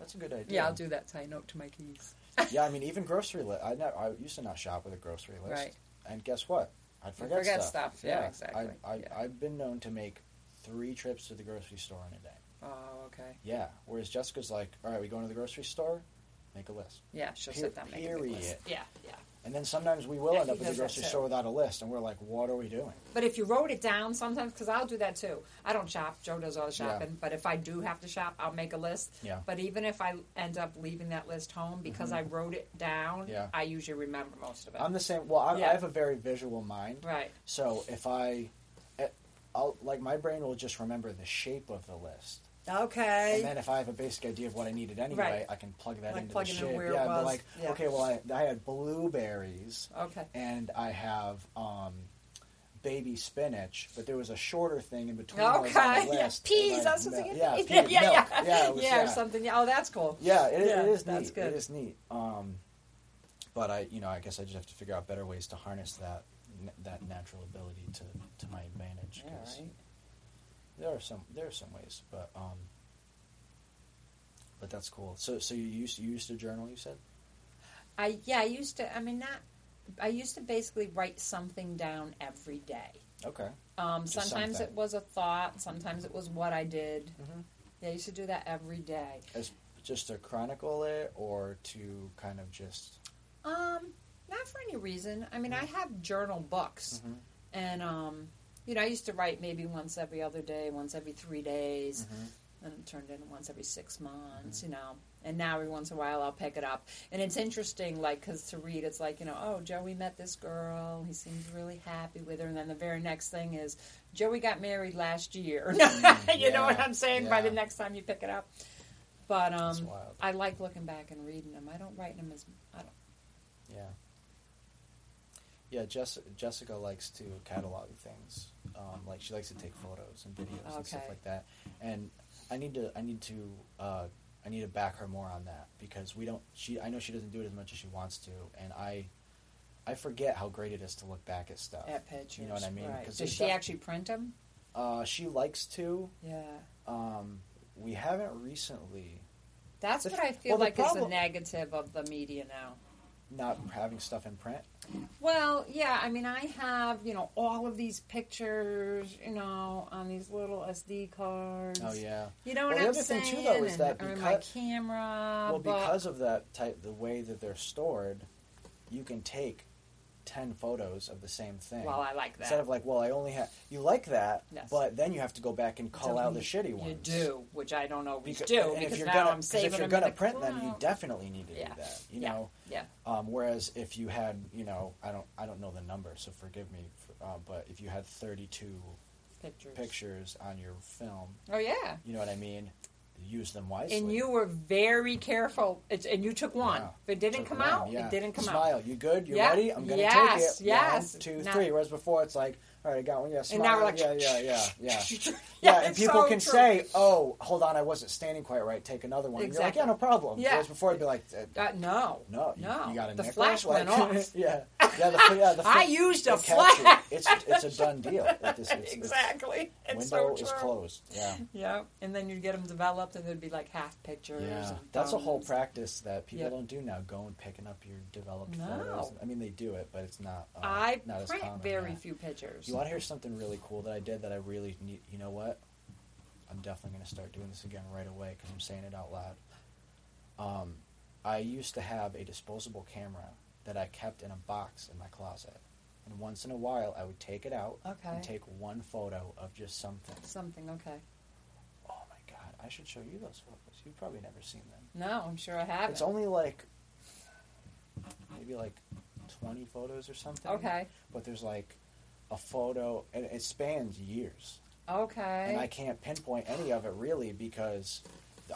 that's a good idea. Yeah, I'll do that. Tie a note to my keys. yeah, I mean, even grocery list. I not, I used to not shop with a grocery list. Right. And guess what? I'd forget, forget stuff. stuff. Yeah, exactly. I, I, Yeah. I've been known to make three trips to the grocery store in a day. Oh, okay. Yeah. Whereas Jessica's like, all right, we go into the grocery store, make a list. Yeah, she'll Per- sit down and make a big list. period. Yeah, yeah. And then sometimes we will Yeah, end he up at the does that grocery too. store without a list, and we're like, what are we doing? But if you wrote it down sometimes, because I'll do that too. I don't shop. Joe does all the Yeah. shopping. But if I do have to shop, I'll make a list. Yeah. Mm-hmm. But even if I end up leaving that list home because I wrote it down, Yeah. I usually remember most of it. I'm the same. Well, I'm, Yeah. I have a very visual mind. right. So if I, eh, I'll, like, my brain will just remember the shape of the list. Okay. And then if I have a basic idea of what I needed anyway, Right. I can plug that Like into plug it the in shape. where it yeah, was. but like, Yeah. okay, well, I, I had blueberries, okay. and I have um, baby spinach, but there was a shorter thing in between. those on Okay. the Yeah, list. peas. And I was just thinking. yeah, yeah, pea- yeah, milk. yeah, yeah, it was- or something. Yeah, Oh, that's cool. Yeah, it, Yeah, it is neat. that's good. It is neat. Um, but I, you know, I guess I just have to figure out better ways to harness that n- that natural ability to, to my advantage. Yeah, 'cause right. There are some there are some ways, but um, but that's cool. So so you used you used to journal, you said. I yeah, I used to. I mean, not. I used to basically write something down every day. Okay. Um, Just sometimes something. it was a thought. Sometimes it was what I did. Mhm. Yeah, I used to do that every day. As just to chronicle it, or to kind of just Um, not for any reason. I mean, I Mm-hmm. have journal books, Mhm. and um, you know, I used to write maybe once every other day, once every three days, Mm-hmm. and it turned into once every six months. You know, and now every once in a while I'll pick it up, and it's interesting, like because to read, it's like you know, oh, Joey met this girl, he seems really happy with her, and then the very next thing is Joey got married last year. you know what Mm-hmm. yeah, I'm saying? By the yeah. next time you pick it up. But That's um, wild. I like looking back and reading them. I don't write them as I don't Yeah. Yeah, Jess, Jessica likes to catalog things. Um, like she likes to take photos and videos and stuff Okay. like that. And I need to I need to uh, I need to back her more on that because we don't. She I know she doesn't do it as much as she wants to, and I I forget how great it is to look back at stuff. at pictures. You know what I mean? Right. 'Cause Does there's she def- actually print them? Uh, she likes to. Yeah. Um, we haven't recently That's The- what I feel well, the like is the problem- negative of the media now. not having stuff in print. Well, yeah, I mean, I have, you know, all of these pictures, you know, on these little SD cards. Oh yeah. You know Well, what the I'm other thing, saying? too, though, is that and, or my because- camera. Well, Uh, but- because of that type, the way that they're stored, you can take ten photos of the same thing. Well, I like Instead that. of like, well, I only have you like that, Yes. but then you have to go back and cull out the shitty You ones. do, which I don't always Becau- do, and because if you're now gonna, I'm 'cause saving if you're them gonna in the print them, you cloud. definitely need to Yeah. do that. You Yeah. know. Yeah. Um, whereas if you had, you know, I don't, I don't know the number, so forgive me, for, um, but if you had thirty-two Pictures. pictures on your film, Oh, yeah. you know what I mean? use them wisely. And you were very careful. It's, and you took one. Yeah. If it didn't Took come one, out, yeah. it didn't come smile. out. You good? You Yeah. ready? I'm gonna Yes, take it. yes. One, two, Now- three. Whereas before, it's like, all right, I got one. Yeah, smile. And now we're like, yeah, yeah, yeah, yeah. yeah, Yeah, and it's people so can true. say, "Oh, hold on, I wasn't standing quite right. Take another one." And Exactly. You're like, "Yeah, no problem." Yeah. Whereas before, I'd be like, uh, Uh, no, "No, you, no. you got a the nickel?" flash went Like, off. yeah, yeah. The, yeah the I fl- used the a catch it. flash. It's it's a done deal. At this, it's, exactly. It's It's, so window true. is closed. Yeah, Yeah, and then you'd get them developed, and there'd be like half pictures. yeah. and That's a whole thumbs. practice that people Yep. don't do now. Going picking up your developed No. photos. I mean, they do it, but it's not. Uh, I not as print common, very yeah. few pictures. You want to hear something really cool that I did that I really need? You know what? I'm definitely going to start doing this again right away because I'm saying it out loud. Um, I used to have a disposable camera that I kept in a box in my closet. And once in a while, I would take it out Okay. and take one photo of just something. Something okay? Oh my God, I should show you those photos. You've probably never seen them. No, I'm sure I haven't. It's only like maybe like 20 photos or something. okay, But there's like a photo, and it spans years. okay. and I can't pinpoint any of it really because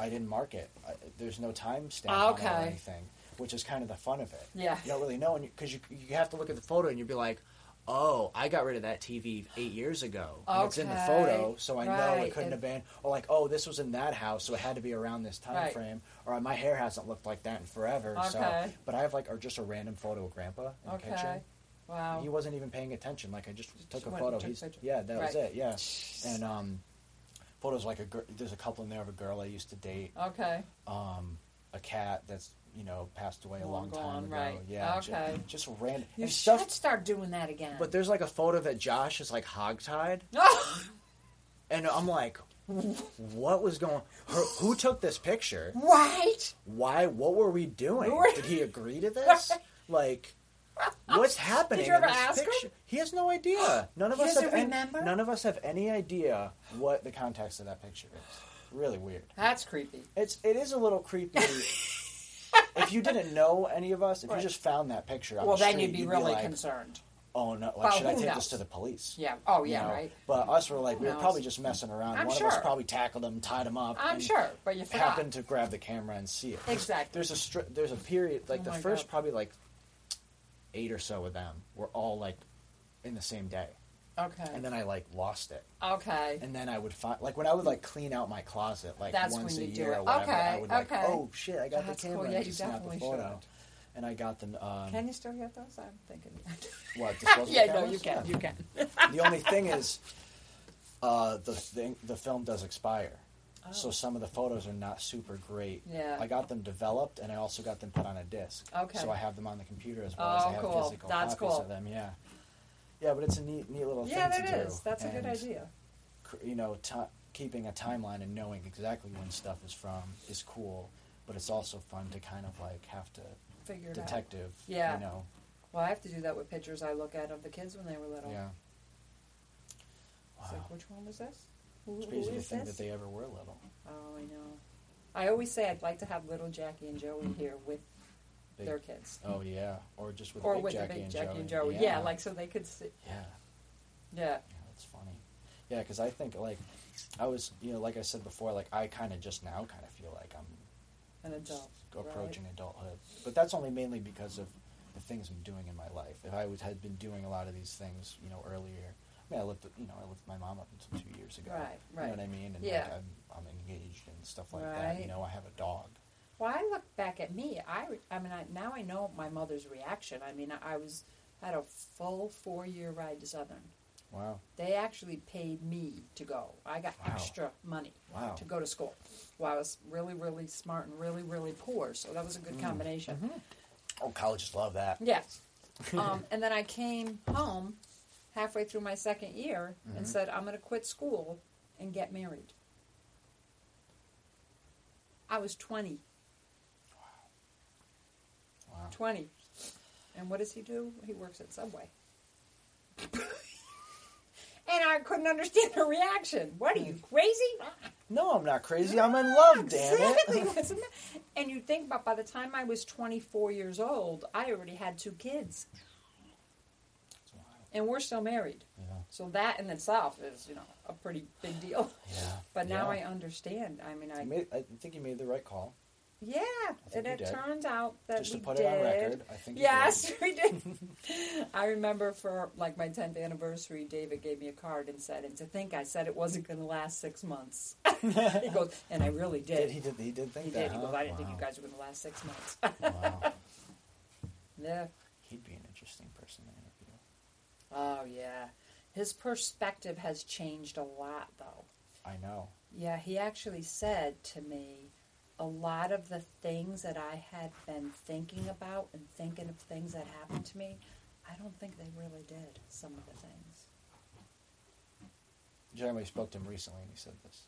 I didn't mark it. I, there's no time stamp on it Okay. or anything, which is kind of the fun of it. Yeah. you don't really know, and because you, you have to look at the photo and you'd be like, "Oh, I got rid of that TV eight years ago. And It's in the Okay. photo, so I know Right. it couldn't It- have been." Or like, "Oh, this was in that house, so it had to be around this time Right. frame." Or my hair hasn't looked like that in forever. So, Okay. but I have like, or just a random photo of Grandpa in okay. the kitchen. Wow. He wasn't even paying attention. Like I just took a went and photo. took a He's, picture. yeah, that was Right. it. Yeah, and um, photos like a gir- there's a couple in there of a girl I used to date, okay. um, a cat that's you know passed away a Long long, time gone, ago. right. Yeah, ju- Okay. just, random You and should stuff. start doing that again. But there's like a photo that Josh is like hogtied, no. and I'm like, what was going? Her, who took this picture? right. Why? What were we doing? You were- Did he agree to this? Like. What's happening? you ever in this ask him? picture? He has no idea. None of He us doesn't have any, remember? none of us have any idea what the context of that picture is. Really weird. That's creepy. It's it is a little creepy. if you didn't know any of us, if Right. you just found that picture, on well, the then street, you'd be really like, concerned. Oh no! Like, Well, should I who take knows? this to the police? Yeah. Oh, You yeah. know? Right. But us were like, Who we were knows? probably just messing around. I'm One of sure. us probably tackled him, tied him up. I'm and sure, but you forgot. happened to grab the camera and see it. Exactly. There's a stri- there's a period like Oh the my first God. probably like eight or so of them were all like in the same day, Okay. and then I like lost it. okay. And then I would find like when I would like clean out my closet like That's once when a you do year it. or whatever. I Okay, would okay. like, oh shit, I got That's the cool. camera Yeah, and you just snap definitely a photo. should. And I got the um, Can you still get those? I'm thinking. what disposable yeah. No, cameras? you can. Yeah. You can. The only thing is, uh, the thing, the film does expire, so some of the photos are not super great. Oh. Yeah. I got them developed, and I also got them put on a disc. Okay. So I have them on the computer as well as Oh, I have cool. physical That's copies cool. of them. Yeah. Yeah, but it's a neat, neat little Yeah, thing that to do. is. That's a good and, idea. cr- You know, ti keeping a timeline and knowing exactly when stuff is from is cool, but it's also fun to kind of like have to Figure it out. detective. Yeah. You know. Well, I have to do that with pictures I look at of the kids when they were little. Yeah. Wow. It's like, which one was this? Who, It's who crazy to is think this? that they ever were little. Oh, I know. I always say I'd like to have little Jackie and Joey here with Mm-hmm. Big- their kids, Oh yeah, or just with or Big with Jackie the big and Jackie Joey. and Joey. Yeah. like so they could see. yeah, Yeah, yeah, that's funny. Yeah, because I think like I was, you know, like I said before, like I kind of just now kind of feel like I'm an adult. right? approaching adulthood, but that's only mainly because of the things I'm doing in my life. If I was had been doing a lot of these things, you know, earlier. I mean, I lived, with- you know, I lived with my mom up until two years ago. Right, You right. know what I mean? And Yeah. like, I'm, I'm engaged and stuff like that. Right. You know, I have a dog. Well, I look back at me. I, re- I mean, I, now I know my mother's reaction. I mean, I, I was had a full four year ride to Southern. Wow. They actually paid me to go. I got Wow. extra money Wow. to go to school. Well, I was really, really smart and really, really poor, so that was a Mm. good combination. Oh, colleges love that. Yeah. Um, and then I came home halfway through my second year Mm-hmm. and said, I'm going to quit school and get married. I was 20. Wow. 20. And what does he do? He works at Subway. and I couldn't understand her reaction. What are you, Mm. crazy? No, I'm not crazy. I'm in love, damn it. exactly. What's the ma- and you think about by the time I was 24 years old, I already had two kids. It's wild. and we're still married. Yeah. So that in itself is, you know, a pretty big deal. Yeah. But now Yeah. I understand. I mean, I You made- I think you made the right call. yeah, think and you it did. turns out that Just to we put did. it on record, I think. you did. Yes, we did. I remember for like my 10th anniversary, David gave me a card and said, and to think I said it wasn't going to last six months. he goes, and I really did. Did he did he did think He that? did. He huh? goes, I didn't think Wow. you guys were going to last six months. wow. yeah. He'd be an interesting person to interview. Oh, yeah. His perspective has changed a lot, though. I know. Yeah, he actually said to me a lot of the things that I had been thinking about and thinking of things that happened to me, I don't think they really did, some of the things. Jeremy spoke to him recently, and he said this,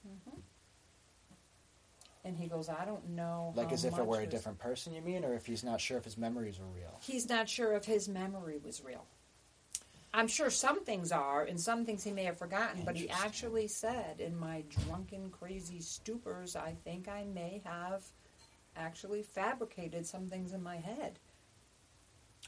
And he goes, I don't know. like how as if it were much a was-" different person. You mean, or if he's not sure if his memories are real? He's not sure if his memory was real. I'm sure some things are, and some things he may have forgotten, but he Interesting. actually said, in my drunken, crazy stupors, I think I may have actually fabricated some things in my head.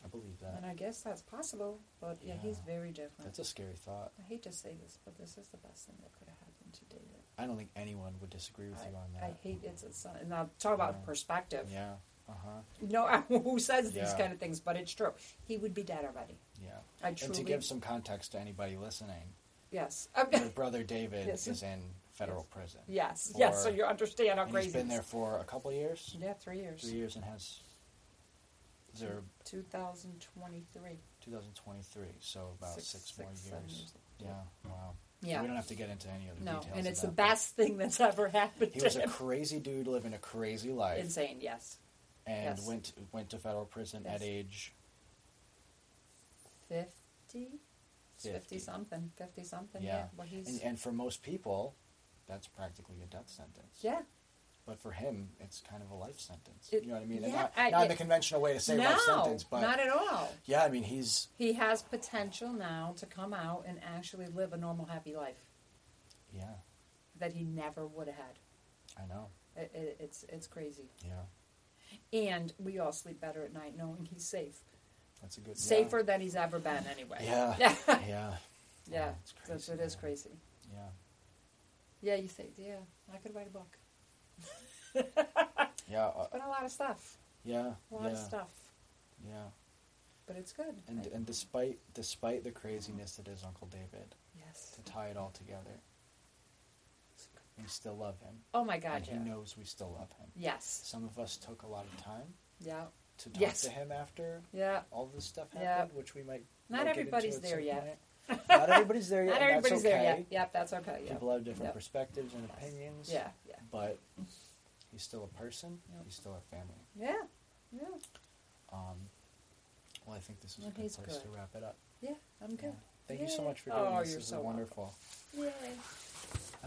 I believe And that. I guess that's possible, but yeah, he's Yeah. very different. That's a scary thought. I hate to say this, but this is the best thing that could have happened to David. I don't think anyone would disagree with you on I, that. I hate it's a son. And I'll talk about Yeah. perspective. Yeah. Uh huh. No, who says these Yeah. kind of things? But it's true. He would be dead already. Yeah. I And truly to give some context to anybody listening, yes, your brother David Yes. is in federal prison. yes, Or- yes. So you understand how And crazy. he's been this- there for a couple of years, Yeah, three years. three years, and has zero 2023. 2023, so about six, more seven years. Yeah. Wow. Yeah. We don't have to get into any other No, details. and of it's the that, but best thing that's ever happened He to was a him. crazy dude living a crazy life, Insane. Yes. and yes. went to, went to federal prison Yes. at age 50? 50. 50. something. 50 something. Yeah. Yeah. Well, he's, And, and for most people, that's practically a death sentence. yeah. But for him, it's kind of a life sentence. It- you know what I mean? And yeah, not, I- not it- in the conventional way to say no, life sentence, but not at all. yeah, I mean he's He has potential now to come out and actually live a normal, happy life yeah, that he never would have had. I know, It, it, it's it's crazy, yeah, and we all sleep better at night knowing he's safe, that's a good safer than he's ever been anyway. Yeah, yeah, yeah, yeah, yeah. it's So crazy, it is man. crazy. yeah. Yeah, you think? Yeah, I could write a book. Yeah, uh, But a lot of stuff, yeah, a lot yeah, of stuff. yeah, But it's good. and I- and despite despite the craziness that is Uncle David, yes. to tie it all together, we still love him, Oh my God, and yeah. he knows we still love him. Yes. Some of us took a lot of time Yeah. to talk Yes. to him after Yeah. all this stuff happened, Yeah. which we might. Not might get into everybody's at there some yet. point. Not everybody's there yet. Not and everybody's that's there okay. yet. Yep, that's okay. Yep. People have different Yep. perspectives and Yes. opinions. Yeah, yeah, But he's still a person. Yep. He's still a family. yeah, yeah, Um, well, I think this is Well, a good he's place to good. wrap it up. yeah. I'm Yeah. good. Thank you so Yay. much for doing Oh, this. you're this so is welcome. wonderful. Yay. I